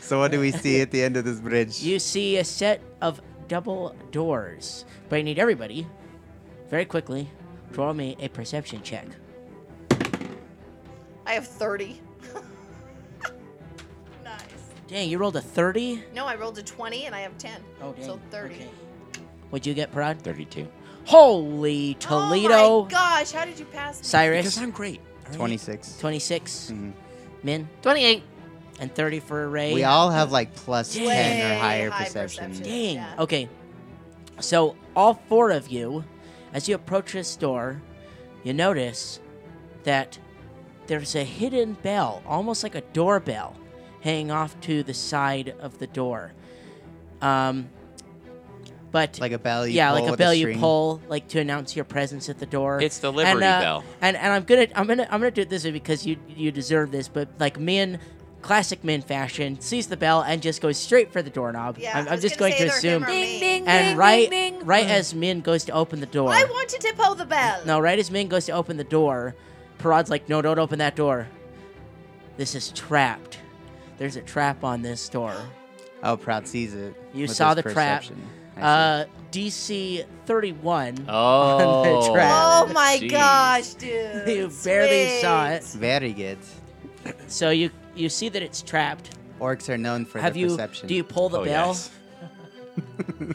Speaker 4: so what do we see at the end of this bridge?
Speaker 1: you see a set of double doors, but I need everybody very quickly to roll me a perception check.
Speaker 3: I have 30. nice.
Speaker 1: Dang, you rolled a thirty.
Speaker 3: No, I rolled a 20 and I have 10.
Speaker 1: Oh, dang.
Speaker 3: So 30.
Speaker 1: Okay. What'd you get, Parad?
Speaker 2: Thirty-two.
Speaker 1: Holy
Speaker 3: Oh
Speaker 1: Toledo!
Speaker 3: my gosh, how did you pass me?
Speaker 1: Cyrus,
Speaker 2: great. all right?
Speaker 4: 26.
Speaker 1: 26,
Speaker 4: Mhm.
Speaker 1: Min,
Speaker 5: 28.
Speaker 1: and 30 for Ray.
Speaker 4: We all have like plus 10
Speaker 3: Way
Speaker 4: or higher
Speaker 3: high
Speaker 4: perception.
Speaker 3: perception.
Speaker 1: Dang.
Speaker 3: Yeah.
Speaker 1: Okay. So, all four of you, as you approach this door, you notice that there's a hidden bell, almost like a doorbell, hanging off to the side of the door. Um, but
Speaker 4: Like a bell you
Speaker 1: yeah,
Speaker 4: pull
Speaker 1: like a
Speaker 4: with
Speaker 1: bell you
Speaker 4: string.
Speaker 1: pull, like to announce your presence at the door.
Speaker 2: It's the Liberty
Speaker 1: and, uh,
Speaker 2: Bell.
Speaker 1: And and I'm gonna I'm gonna I'm gonna do it this way because you you deserve this. But like men, classic men fashion, sees the bell and just goes straight for the doorknob.
Speaker 3: Yeah,
Speaker 1: I'm,
Speaker 3: I
Speaker 1: I'm
Speaker 3: was
Speaker 1: just
Speaker 3: gonna
Speaker 1: going
Speaker 3: say
Speaker 1: to
Speaker 3: either him
Speaker 1: assume.
Speaker 3: or me.
Speaker 1: And right right as Min goes to open the door,
Speaker 3: I wanted to pull the bell.
Speaker 1: no, right as Min goes to open the door, Parad's like, no, don't open that door. This is trapped. There's a trap on this door.
Speaker 4: Oh, Proud sees it.
Speaker 1: You
Speaker 4: with
Speaker 1: saw
Speaker 4: his
Speaker 1: the trap.
Speaker 4: perception. I see.
Speaker 1: Uh, DC 31.
Speaker 5: Oh.
Speaker 4: track.
Speaker 3: Oh my
Speaker 5: Jeez.
Speaker 3: gosh, dude.
Speaker 1: you barely saw it.
Speaker 3: Sweet.
Speaker 4: Very good.
Speaker 1: So you you see that it's trapped.
Speaker 4: Orcs are known for
Speaker 1: Have
Speaker 4: their
Speaker 1: you?
Speaker 4: perception.
Speaker 1: Do you pull the
Speaker 2: oh,
Speaker 1: bell?
Speaker 2: Yes.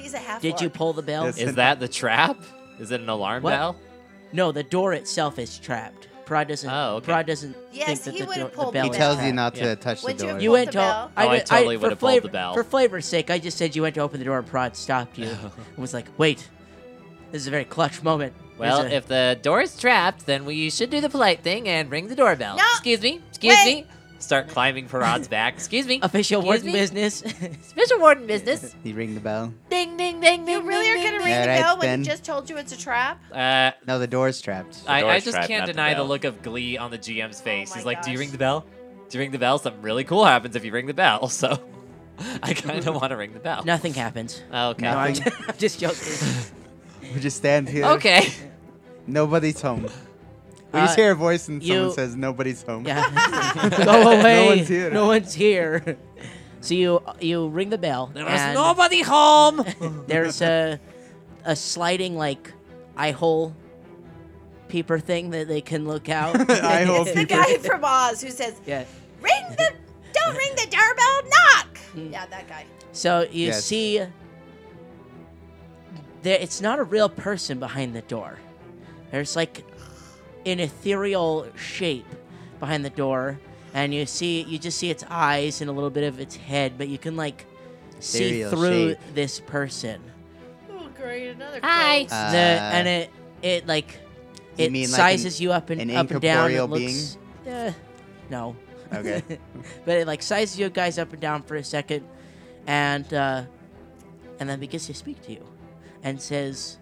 Speaker 3: He's a half
Speaker 1: Did you pull the bell?
Speaker 4: Yes.
Speaker 5: Is that the trap? Is it an alarm
Speaker 1: What?
Speaker 5: bell?
Speaker 1: No, the door itself is trapped. Pride doesn't.
Speaker 5: Oh, okay.
Speaker 1: Pride doesn't
Speaker 3: Yes,
Speaker 1: think that
Speaker 3: he
Speaker 1: the,
Speaker 3: would've
Speaker 1: door, the
Speaker 3: pulled the
Speaker 1: bell.
Speaker 4: he
Speaker 1: is
Speaker 3: bell.
Speaker 4: tells you
Speaker 1: trapped.
Speaker 4: not to
Speaker 5: Yeah.
Speaker 4: touch
Speaker 3: Would you
Speaker 4: the door.
Speaker 3: have
Speaker 1: You
Speaker 3: pulled
Speaker 1: went
Speaker 3: the
Speaker 1: to.
Speaker 3: bell?
Speaker 5: Oh, I
Speaker 1: did-
Speaker 5: totally
Speaker 1: for
Speaker 5: would've pulled the
Speaker 1: flavor-
Speaker 5: bell.
Speaker 1: For flavor's sake, I just said you went to open the door and Prod stopped you and was like, "Wait, this is a very clutch moment." There's
Speaker 5: Well,
Speaker 1: a-
Speaker 5: if the door is trapped, then we should do the polite thing and ring the doorbell.
Speaker 3: No!
Speaker 5: Excuse me. Excuse
Speaker 3: Wait!
Speaker 5: me. Start climbing Parad's back. Excuse me.
Speaker 1: official
Speaker 5: excuse
Speaker 1: warden
Speaker 5: me?
Speaker 1: business.
Speaker 5: Special warden business.
Speaker 4: You ring the bell.
Speaker 5: Ding, ding, ding,
Speaker 3: You
Speaker 5: ding.
Speaker 3: really are
Speaker 5: ding,
Speaker 3: going to
Speaker 5: ding,
Speaker 3: ring the
Speaker 4: Alright,
Speaker 3: bell when
Speaker 4: then.
Speaker 3: he just told you it's a trap?
Speaker 5: ding. Uh,
Speaker 4: No, the door's trapped.
Speaker 5: I,
Speaker 2: door
Speaker 5: I
Speaker 2: is
Speaker 5: just
Speaker 2: trapped,
Speaker 5: can't
Speaker 2: not the
Speaker 5: deny the,
Speaker 2: bell.
Speaker 5: look of glee on the GM's
Speaker 3: Oh
Speaker 5: face.
Speaker 3: my
Speaker 5: He's like, "Do you
Speaker 3: gosh.
Speaker 5: ring the bell? Do you ring the bell? Something really cool happens if you ring the bell." So, I kind of want to ring the bell. Oh,
Speaker 1: Nothing happens.
Speaker 5: Okay.
Speaker 1: No, I'm,
Speaker 4: Nothing.
Speaker 1: I'm just joking.
Speaker 4: We just stand here.
Speaker 5: Okay.
Speaker 4: Nobody's home. We
Speaker 1: Uh,
Speaker 4: just hear a voice and
Speaker 1: you-
Speaker 4: someone says, Nobody's home.
Speaker 1: Yeah. Go away.
Speaker 4: one's here.
Speaker 1: No one's here. So you you ring the bell.
Speaker 5: There
Speaker 1: and
Speaker 5: is nobody home.
Speaker 1: There's a a sliding like eye hole peeper thing that they can look out.
Speaker 4: Eye hole
Speaker 3: The
Speaker 4: peeper.
Speaker 3: guy from Oz who says,
Speaker 1: Yeah.
Speaker 3: ring the, don't ring the doorbell, knock. Yeah, that guy.
Speaker 1: So you
Speaker 4: Yes.
Speaker 1: see, there it's not a real person behind the door. There's like an ethereal shape behind the door, and you see you just see its eyes and a little bit of its head, but you can like see
Speaker 4: Ethereal
Speaker 1: through
Speaker 4: shape.
Speaker 1: this person.
Speaker 3: Oh, great. Another
Speaker 5: Hi.
Speaker 3: close.
Speaker 4: Uh,
Speaker 1: the, and it it like
Speaker 4: you
Speaker 1: it
Speaker 4: mean like an-
Speaker 1: sizes you up and
Speaker 4: an
Speaker 1: up and down. It
Speaker 4: incorporeal
Speaker 1: looks, Eh, no.
Speaker 4: Okay.
Speaker 1: but it like sizes you guys up and down for a second, and uh, and then begins to speak to you, and says,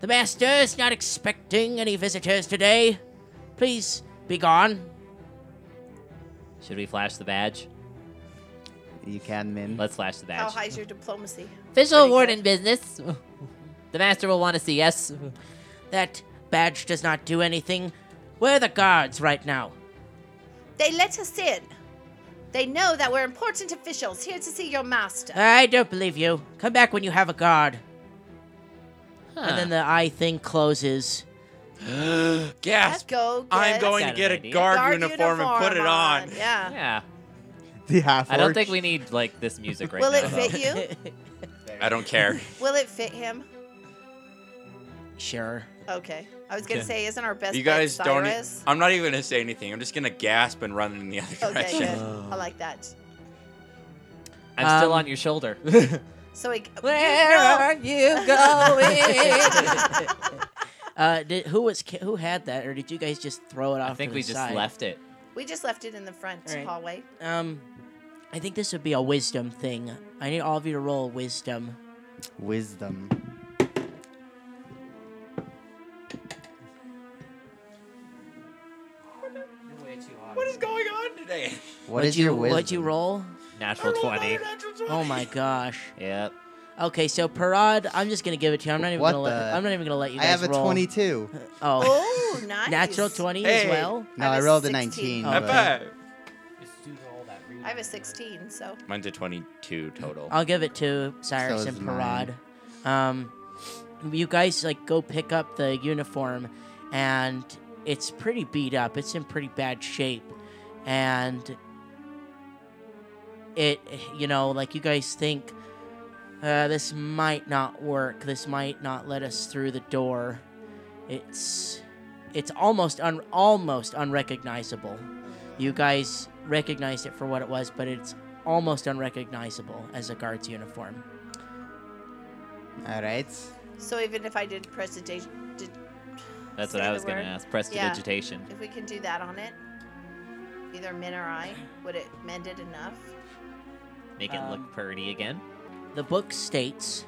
Speaker 1: "The master is not expecting any visitors today. Please be gone.
Speaker 5: Should we flash the badge?
Speaker 4: You can, Min.
Speaker 5: Let's flash the
Speaker 3: How
Speaker 5: badge.
Speaker 3: high's Oh, your diplomacy?
Speaker 5: Official
Speaker 3: Pretty
Speaker 5: award
Speaker 3: good.
Speaker 5: in business. The master will want to see us.
Speaker 1: That badge does not do anything. We're the guards right now.
Speaker 3: They let us in. They know that we're important officials here to see your master.
Speaker 1: I don't believe you. Come back when you have a guard.
Speaker 5: Huh.
Speaker 1: And then the eye thing closes.
Speaker 3: Let's
Speaker 2: Gasp!
Speaker 3: go.
Speaker 2: I'm
Speaker 3: get
Speaker 2: going to
Speaker 5: Got
Speaker 2: get
Speaker 5: an
Speaker 2: a
Speaker 5: idea.
Speaker 2: guard,
Speaker 3: guard
Speaker 2: uniform, and put it on.
Speaker 3: Yeah.
Speaker 5: yeah,
Speaker 4: the half.
Speaker 5: I don't think we need like this music right
Speaker 3: Will
Speaker 5: now.
Speaker 3: it
Speaker 5: though.
Speaker 3: fit you?
Speaker 2: I don't care.
Speaker 3: Will it fit him?
Speaker 1: sure.
Speaker 3: Okay. I was gonna
Speaker 2: Okay.
Speaker 3: say, isn't our best
Speaker 2: you guys
Speaker 3: bet
Speaker 2: don't. e-
Speaker 3: Cyrus?
Speaker 2: I'm not even gonna say anything. I'm just gonna gasp and run in the other
Speaker 3: Okay,
Speaker 2: direction.
Speaker 3: good. I like that.
Speaker 5: I'm still
Speaker 1: Um,
Speaker 5: on your shoulder.
Speaker 3: So it.
Speaker 5: Where
Speaker 3: no,
Speaker 5: are you going?
Speaker 1: Uh, did, who was ca- who had that, or did you guys just throw it off?
Speaker 5: I think
Speaker 1: to
Speaker 5: we
Speaker 1: the
Speaker 5: just
Speaker 1: side?
Speaker 5: left it.
Speaker 3: we just left it in the front
Speaker 1: All right.
Speaker 3: hallway.
Speaker 1: Um, I think this would be a wisdom thing. I need all of you to roll wisdom.
Speaker 4: Wisdom.
Speaker 2: What is going on today?
Speaker 4: What
Speaker 1: What'd
Speaker 4: is
Speaker 1: you,
Speaker 4: your wisdom?
Speaker 1: What'd you roll?
Speaker 5: Natural twenty.
Speaker 1: Oh my gosh.
Speaker 5: Yep.
Speaker 1: Okay, so Parad, I'm just gonna give it to you. I'm not even
Speaker 4: What
Speaker 1: gonna let.
Speaker 4: the-
Speaker 1: I'm not even gonna let you
Speaker 4: I
Speaker 1: guys
Speaker 4: have a
Speaker 1: roll.
Speaker 4: 22.
Speaker 1: Oh,
Speaker 3: Oh, nice.
Speaker 1: natural twenty as
Speaker 2: Hey.
Speaker 1: well.
Speaker 4: No,
Speaker 3: have
Speaker 4: I
Speaker 3: a
Speaker 4: rolled a
Speaker 3: 16.
Speaker 4: 19.
Speaker 1: Oh,
Speaker 2: High
Speaker 4: but-
Speaker 2: five.
Speaker 3: I have a 16, so
Speaker 2: Mine to 22 total.
Speaker 1: I'll give it to Cyrus
Speaker 4: So
Speaker 1: and
Speaker 4: is
Speaker 1: Parad. Um, you guys like go pick up the uniform, and it's pretty beat up. It's in pretty bad shape, and it you know like you guys think uh, this might not work. This might not let us through the door. It's it's almost un almost unrecognizable. You guys recognized it for what it was, but it's almost unrecognizable as a guard's uniform.
Speaker 4: All right.
Speaker 3: so even if I did prestidigitation, did,
Speaker 5: That's
Speaker 3: Say
Speaker 5: what I
Speaker 3: the
Speaker 5: was gonna
Speaker 3: word.
Speaker 5: ask. Prestidigitation.
Speaker 3: if we can do that on it, either Min or I, would it mend it enough?
Speaker 5: Make it
Speaker 1: Um,
Speaker 5: look pretty again.
Speaker 1: The book states,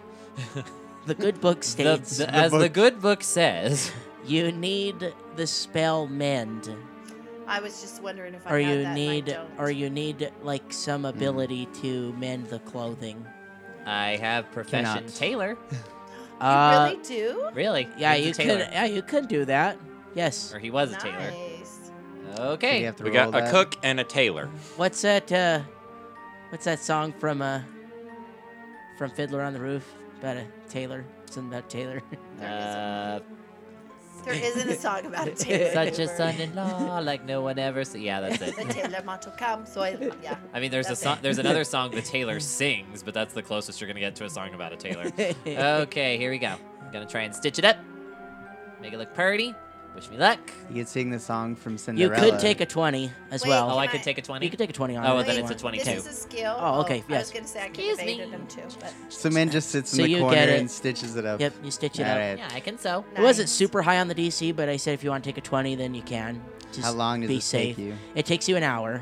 Speaker 1: the good book
Speaker 5: The-
Speaker 1: states,
Speaker 5: the- as the
Speaker 4: book-
Speaker 5: good book says.
Speaker 1: you need the spell mend,
Speaker 3: I was just wondering if I
Speaker 1: or
Speaker 3: had
Speaker 1: you
Speaker 3: that and I
Speaker 1: need,
Speaker 3: don't.
Speaker 1: or you need like some
Speaker 5: Hmm.
Speaker 1: ability to mend the clothing.
Speaker 5: I have profession
Speaker 4: Cannot.
Speaker 5: tailor.
Speaker 3: You
Speaker 1: Uh,
Speaker 3: really do?
Speaker 5: Really?
Speaker 1: yeah,
Speaker 5: He's a
Speaker 1: you could,
Speaker 5: tailor.
Speaker 1: yeah, you could do that. Yes.
Speaker 5: Or he was a tailor.
Speaker 3: Nice.
Speaker 4: So
Speaker 5: Okay.
Speaker 4: you have to
Speaker 2: we
Speaker 4: roll
Speaker 2: got a
Speaker 4: that.
Speaker 2: cook and a tailor.
Speaker 1: What's that? Uh, what's that song from uh, from Fiddler on the Roof about a tailor? Something about Taylor.
Speaker 5: Uh,
Speaker 3: There isn't a song about a tailor.
Speaker 5: such a
Speaker 3: Hoover.
Speaker 5: son-in-law, like no one ever. Se- yeah, that's
Speaker 3: The
Speaker 5: it.
Speaker 3: tailor motto come, so I, yeah.
Speaker 5: I mean, there's a
Speaker 3: That's
Speaker 5: song.
Speaker 3: it.
Speaker 5: There's another song the tailor sings, but that's the closest you're gonna get to a song about a tailor. Okay, here we go. I'm gonna try and stitch it up, make it look pretty. Wish me luck.
Speaker 4: You could sing the song from
Speaker 1: you
Speaker 4: Cinderella.
Speaker 1: could take a twenty as
Speaker 3: Wait,
Speaker 1: well.
Speaker 5: Oh, I
Speaker 3: Can
Speaker 5: could
Speaker 3: I-
Speaker 5: take a
Speaker 1: You
Speaker 5: twenty.
Speaker 1: could take a 20 on
Speaker 5: Oh,
Speaker 1: it.
Speaker 5: then it's a
Speaker 1: Anyone.
Speaker 5: 22.
Speaker 3: This is a skill.
Speaker 1: Oh, okay,
Speaker 3: I was
Speaker 1: yes.
Speaker 3: going to say I
Speaker 5: Excuse
Speaker 3: could have baited
Speaker 5: me.
Speaker 3: him too, but
Speaker 4: So Min just sits in
Speaker 1: So
Speaker 4: the
Speaker 1: you
Speaker 4: corner
Speaker 1: get it.
Speaker 4: and stitches it up.
Speaker 1: Yep, you stitch it
Speaker 4: All
Speaker 1: up.
Speaker 4: right.
Speaker 5: Yeah, I can sew.
Speaker 1: It wasn't
Speaker 3: Nice.
Speaker 1: super high on the DC, but I said if you want to take a 20, then you can. Just
Speaker 4: How long does
Speaker 1: be
Speaker 4: this
Speaker 1: safe.
Speaker 4: take you?
Speaker 1: It takes you an hour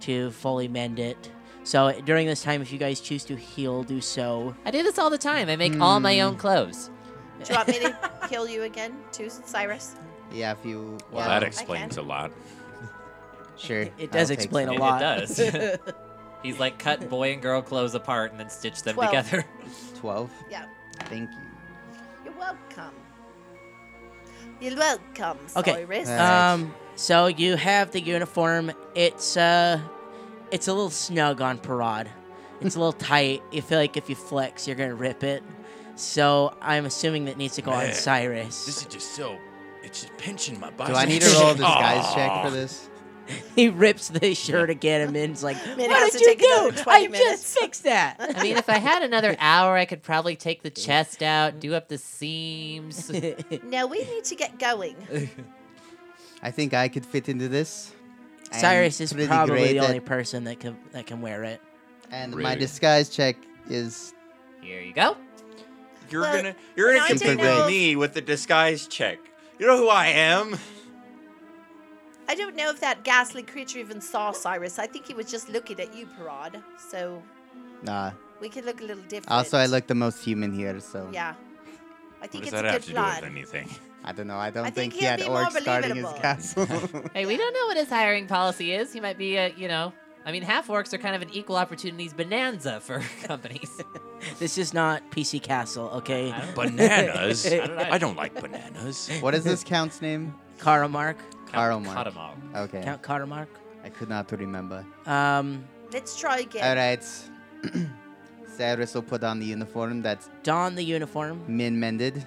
Speaker 1: to fully mend it. So during this time, if you guys choose to heal, do so.
Speaker 5: I do this all the time. I make all my own clothes.
Speaker 3: do you want me to kill you again too, Cyrus?
Speaker 4: Yeah, if you.
Speaker 3: Well,
Speaker 2: Well,
Speaker 3: Yeah,
Speaker 2: that
Speaker 3: I
Speaker 2: explains a
Speaker 3: can.
Speaker 2: lot.
Speaker 4: Sure.
Speaker 1: It, it
Speaker 4: I'll
Speaker 1: does
Speaker 4: take
Speaker 1: explain
Speaker 5: it.
Speaker 1: a
Speaker 5: It
Speaker 1: lot.
Speaker 5: does. He's like cut boy and girl clothes apart and then stitch them
Speaker 3: Twelve.
Speaker 5: together.
Speaker 4: 12.
Speaker 3: Yeah.
Speaker 4: Thank you.
Speaker 3: You're welcome. You're welcome,
Speaker 1: Okay,
Speaker 3: Cyrus.
Speaker 4: uh,
Speaker 1: um, so you have the uniform. It's uh, it's a little snug on Parad. It's a little tight. You feel like if you flex, you're gonna rip it. So I'm assuming that needs to go on
Speaker 2: Man,
Speaker 1: Cyrus.
Speaker 2: This is just so. It's just pinching my body.
Speaker 4: Do I need to roll a disguise check for this?
Speaker 1: He rips the shirt again, and Min's like,
Speaker 3: Min
Speaker 1: "What
Speaker 3: has
Speaker 1: did
Speaker 3: to
Speaker 1: you
Speaker 3: take another
Speaker 1: do?
Speaker 3: 20
Speaker 1: I
Speaker 3: minutes."
Speaker 1: just fixed that."
Speaker 5: I mean, if I had another hour, I could probably take the chest out, do up the seams.
Speaker 3: now we need to get going.
Speaker 4: I think I could fit into this. I'm
Speaker 1: Cyrus is
Speaker 4: pretty
Speaker 1: probably
Speaker 4: great
Speaker 1: the
Speaker 4: at-
Speaker 1: only person that can that can wear it.
Speaker 4: And my
Speaker 2: Really?
Speaker 4: disguise check is
Speaker 5: Here you go.
Speaker 2: You're
Speaker 3: Well,
Speaker 2: gonna you're gonna
Speaker 3: I
Speaker 4: didn't
Speaker 2: compete
Speaker 4: know
Speaker 2: with
Speaker 3: if-
Speaker 2: me with the disguise check. You know who I am.
Speaker 3: I don't know if that ghastly creature even saw Cyrus. I think he was just looking at you, Parad. So
Speaker 4: nah.
Speaker 3: we could look a little different.
Speaker 4: Also, I look the most human here, so
Speaker 3: Yeah. I think
Speaker 2: what does
Speaker 3: it's
Speaker 2: that
Speaker 3: a
Speaker 2: have
Speaker 3: good
Speaker 2: to do
Speaker 3: plan.
Speaker 2: with anything?
Speaker 4: I don't know. I don't
Speaker 3: I
Speaker 4: think,
Speaker 3: think
Speaker 4: he
Speaker 3: he'll
Speaker 4: had
Speaker 3: be more
Speaker 4: orcs guarding his
Speaker 3: believable.
Speaker 4: castle.
Speaker 5: Hey, we don't know what his hiring policy is. He might be, a, you know, I mean, half orcs are kind of an equal opportunities bonanza for companies.
Speaker 1: This is not PC Castle, okay?
Speaker 5: I don't-
Speaker 2: Bananas?
Speaker 1: I
Speaker 5: don't know.
Speaker 2: I don't like bananas.
Speaker 4: what is this count's name?
Speaker 1: Karl Mark,
Speaker 4: Karl Marx.
Speaker 5: Katamal.
Speaker 4: Okay,
Speaker 1: Count Karl Mark.
Speaker 4: I could not remember.
Speaker 1: Um,
Speaker 3: Let's try again.
Speaker 4: All right. Cyrus will put on the uniform that's
Speaker 1: don the uniform,
Speaker 4: min mended.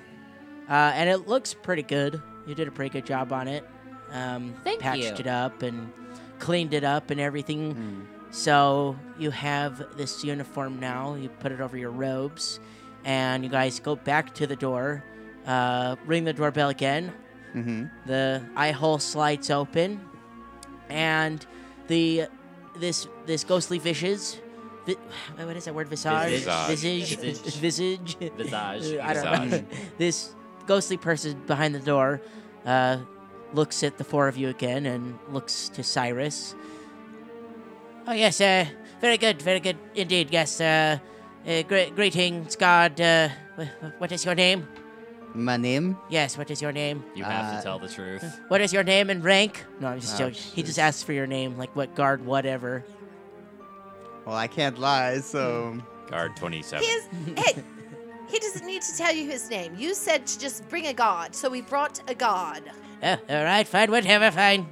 Speaker 1: uh, and it looks pretty good. You did a pretty good job on it. Um,
Speaker 5: Thank
Speaker 1: patched
Speaker 5: you.
Speaker 1: it up and cleaned it up and everything. So you have this uniform now. You put it over your robes, and you guys go back to the door. Uh, ring the doorbell again.
Speaker 4: Mm-hmm.
Speaker 1: The eye hole slides open, and the this this ghostly visage. Vi- what is that word? Visage.
Speaker 2: Visage.
Speaker 1: Visage. Visage.
Speaker 5: Visage.
Speaker 1: I don't know.
Speaker 2: Visage.
Speaker 1: this ghostly person behind the door uh, looks at the four of you again and looks to Cyrus. Oh yes, uh, very good, very good indeed. Yes, uh, uh, gre- greetings, God. Uh, wh- what is your name?
Speaker 4: My name?
Speaker 1: Yes, what is your name?
Speaker 5: You have
Speaker 4: Uh,
Speaker 5: to tell the truth.
Speaker 1: What is your name and rank? No, I'm just
Speaker 4: Oh,
Speaker 1: joking. He just
Speaker 4: jeez.
Speaker 1: asks for your name, like what guard, whatever.
Speaker 4: Well, I can't lie,
Speaker 3: Hmm.
Speaker 4: so
Speaker 2: Guard 27.
Speaker 3: His, hey, he doesn't need to tell you his name. You said to just bring a god, so we brought a god.
Speaker 1: Uh, all right, fine, whatever, fine.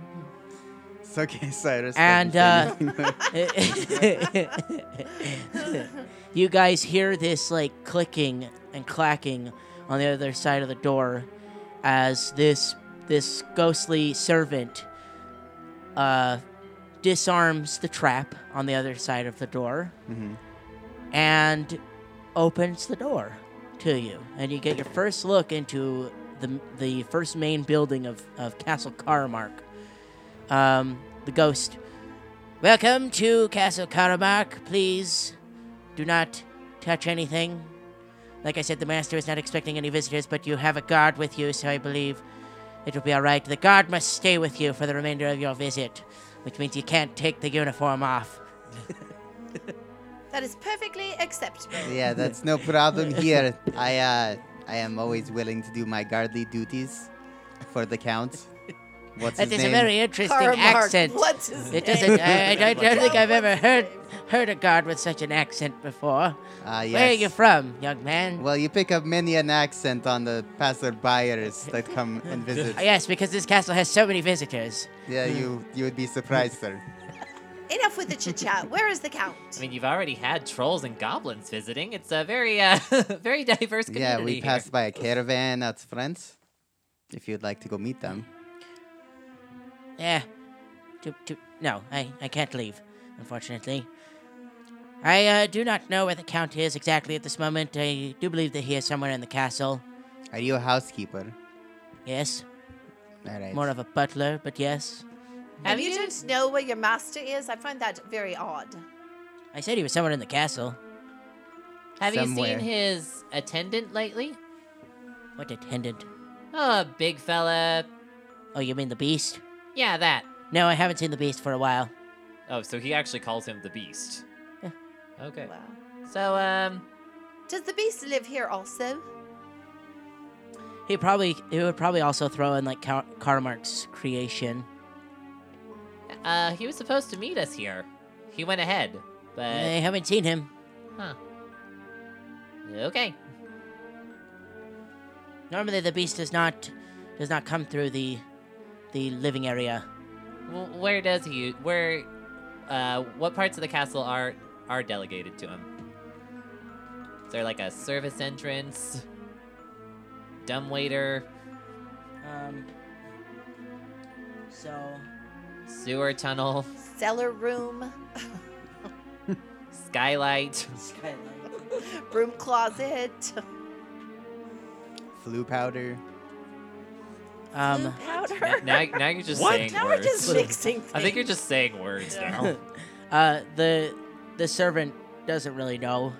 Speaker 4: it's okay, Cyrus.
Speaker 1: And, uh,
Speaker 4: doesn't say anything.
Speaker 1: you guys hear this like clicking and clacking on the other side of the door as this this ghostly servant uh, disarms the trap on the other side of the door
Speaker 4: Mhm.
Speaker 1: and opens the door to you and you get your first look into the, the first main building of, of castle karamark um, the ghost welcome to castle karamark please do not touch anything like i said the master is not expecting any visitors but you have a guard with you so i believe it will be all right the guard must stay with you for the remainder of your visit which means you can't take the uniform off
Speaker 3: That is perfectly acceptable.
Speaker 4: yeah, that's no problem here. I uh, I am always willing to do my guardly duties for the count. What's
Speaker 1: that
Speaker 4: his
Speaker 1: is
Speaker 4: name?
Speaker 1: a very interesting
Speaker 3: Karl Marx,
Speaker 1: accent
Speaker 3: What's his
Speaker 1: It
Speaker 3: name?
Speaker 1: doesn't. uh, I, I don't, don't think I've
Speaker 3: What's
Speaker 1: ever
Speaker 3: his
Speaker 1: heard
Speaker 3: name?
Speaker 1: heard a guard with such an accent before.
Speaker 4: Ah, yes.
Speaker 1: Where are you from, young man?
Speaker 4: Well, you pick up many an accent on the passerbyers that come and visit.
Speaker 1: Uh, yes, because this castle has so many visitors.
Speaker 4: Yeah, you you would be surprised, sir.
Speaker 3: Enough with the chit chat. Where is the count?
Speaker 5: I mean, you've already had trolls and goblins visiting. It's a very, uh, very diverse community.
Speaker 4: Yeah, we
Speaker 5: here.
Speaker 4: passed by a caravan out front. If you'd like to go meet them,
Speaker 1: Yeah. To, to, Eh. no, I, I can't leave, unfortunately. I uh, do not know where the count is exactly at this moment. I do believe that he is somewhere in the castle.
Speaker 4: are you a housekeeper?
Speaker 1: Yes,
Speaker 4: All right.
Speaker 1: more of a butler, but yes.
Speaker 5: Have
Speaker 3: If you
Speaker 5: you?
Speaker 3: don't know where your master is, I find that very odd.
Speaker 1: I said he was somewhere in the castle.
Speaker 5: Have
Speaker 4: somewhere.
Speaker 5: you seen his attendant lately?
Speaker 1: What attendant?
Speaker 5: Oh, big fella.
Speaker 1: Oh, you mean the beast?
Speaker 5: Yeah, that.
Speaker 1: No, I haven't seen the beast for a while.
Speaker 5: Oh, so he actually calls him the Beast.
Speaker 1: Yeah.
Speaker 5: Okay.
Speaker 3: Wow.
Speaker 5: So, um,
Speaker 3: Does the beast live here also?
Speaker 1: He probably he would probably also throw in like Car- Karl Marx's creation.
Speaker 5: uh, he was supposed to meet us here. He went ahead,
Speaker 1: I
Speaker 5: but
Speaker 1: haven't seen him.
Speaker 5: okay.
Speaker 1: Normally the beast does not does not come through the the living area.
Speaker 5: Well, where does he? Where? Uh, what parts of the castle are are delegated to him? Is there like a service entrance? Dumbwaiter,
Speaker 1: Um, so
Speaker 5: sewer tunnel,
Speaker 3: Cellar room,
Speaker 5: skylight.
Speaker 3: broom closet,
Speaker 4: Flu powder.
Speaker 1: um
Speaker 3: blue powder.
Speaker 5: now, now you're just
Speaker 2: What?
Speaker 5: saying
Speaker 3: now we're
Speaker 5: words.
Speaker 3: just mixing things.
Speaker 5: I think you're just saying words now.
Speaker 1: uh the the servant doesn't really know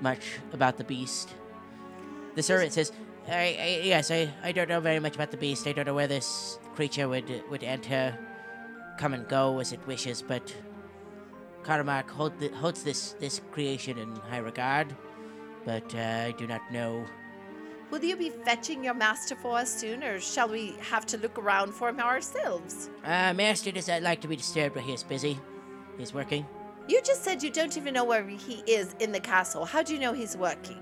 Speaker 1: much about the beast. The servant says, I, I yes, I, I don't know very much about the beast. I don't know where this creature would would enter, come and go as it wishes, but Karamark hold the, holds this, this creation in high regard, but uh, I do not know
Speaker 3: Will you be fetching your master for us soon, or shall we have to look around for him ourselves?
Speaker 1: Uh, Master does not like to be disturbed when he is busy. He's working.
Speaker 3: You just said you don't even know where he is in the castle. How do you know he's working?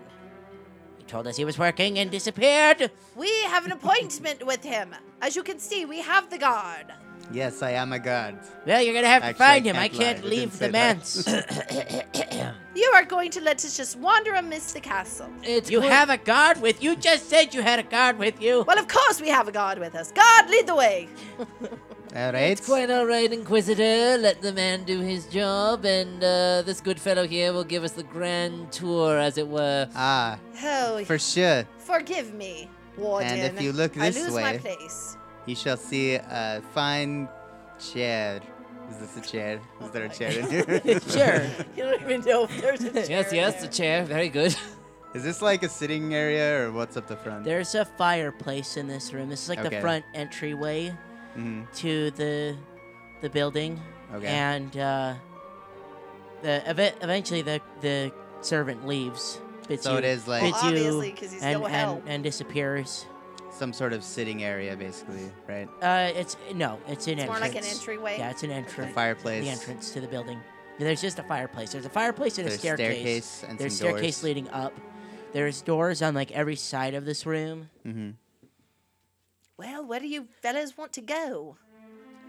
Speaker 1: He told us he was working and disappeared.
Speaker 3: We have an appointment with him. As you can see, we have the guard.
Speaker 4: Yes, I am a god.
Speaker 1: Well, you're gonna have to
Speaker 4: Actually, I
Speaker 1: find him. I
Speaker 4: can't lie.
Speaker 1: can't
Speaker 4: They didn't
Speaker 1: leave the
Speaker 4: say that.
Speaker 1: manse.
Speaker 3: You are going to let us just wander amidst the castle.
Speaker 5: It's
Speaker 1: you have a guard with you. Just said you had a guard with you.
Speaker 3: Well, of course we have a guard with us. God, lead the way.
Speaker 4: All right.
Speaker 5: Quite all right, Inquisitor. Let the man do his job, and uh, this good fellow here will give us the grand tour, as it were.
Speaker 4: Ah,
Speaker 3: Oh,
Speaker 4: for sure.
Speaker 3: forgive me, warden.
Speaker 4: if you look this
Speaker 3: I lose
Speaker 4: way-
Speaker 3: my place.
Speaker 4: You shall see a fine chair. Is this a chair? Is there a chair in here?
Speaker 1: sure.
Speaker 3: You don't even know if there's a chair
Speaker 5: Yes, yes, the
Speaker 3: there.
Speaker 5: chair. Very good.
Speaker 4: Is this like a sitting area or what's up the front?
Speaker 1: There's a fireplace in this room. This is like the
Speaker 4: Okay.
Speaker 1: front entryway
Speaker 4: hmm
Speaker 1: to the the building.
Speaker 4: Okay.
Speaker 1: And uh, the ev- eventually the the servant leaves. Bids
Speaker 4: so
Speaker 1: you,
Speaker 4: it is like
Speaker 1: It's
Speaker 3: Well,
Speaker 1: you
Speaker 3: obviously, because he's
Speaker 1: and,
Speaker 3: no
Speaker 1: and
Speaker 3: help.
Speaker 1: and disappears.
Speaker 4: some sort of sitting area, basically, right?
Speaker 1: Uh, it's no, it's an
Speaker 3: it's more
Speaker 1: entrance.
Speaker 3: like an entryway.
Speaker 1: Yeah, it's an
Speaker 4: The
Speaker 1: entrance.
Speaker 4: fireplace.
Speaker 1: The entrance to the building. There's just a fireplace. There's a fireplace and
Speaker 4: There's
Speaker 1: a staircase.
Speaker 4: staircase and
Speaker 1: There's
Speaker 4: some doors.
Speaker 1: staircase leading up. There's doors on like every side of this room.
Speaker 4: hmm
Speaker 3: Well, where do you fellas want to go?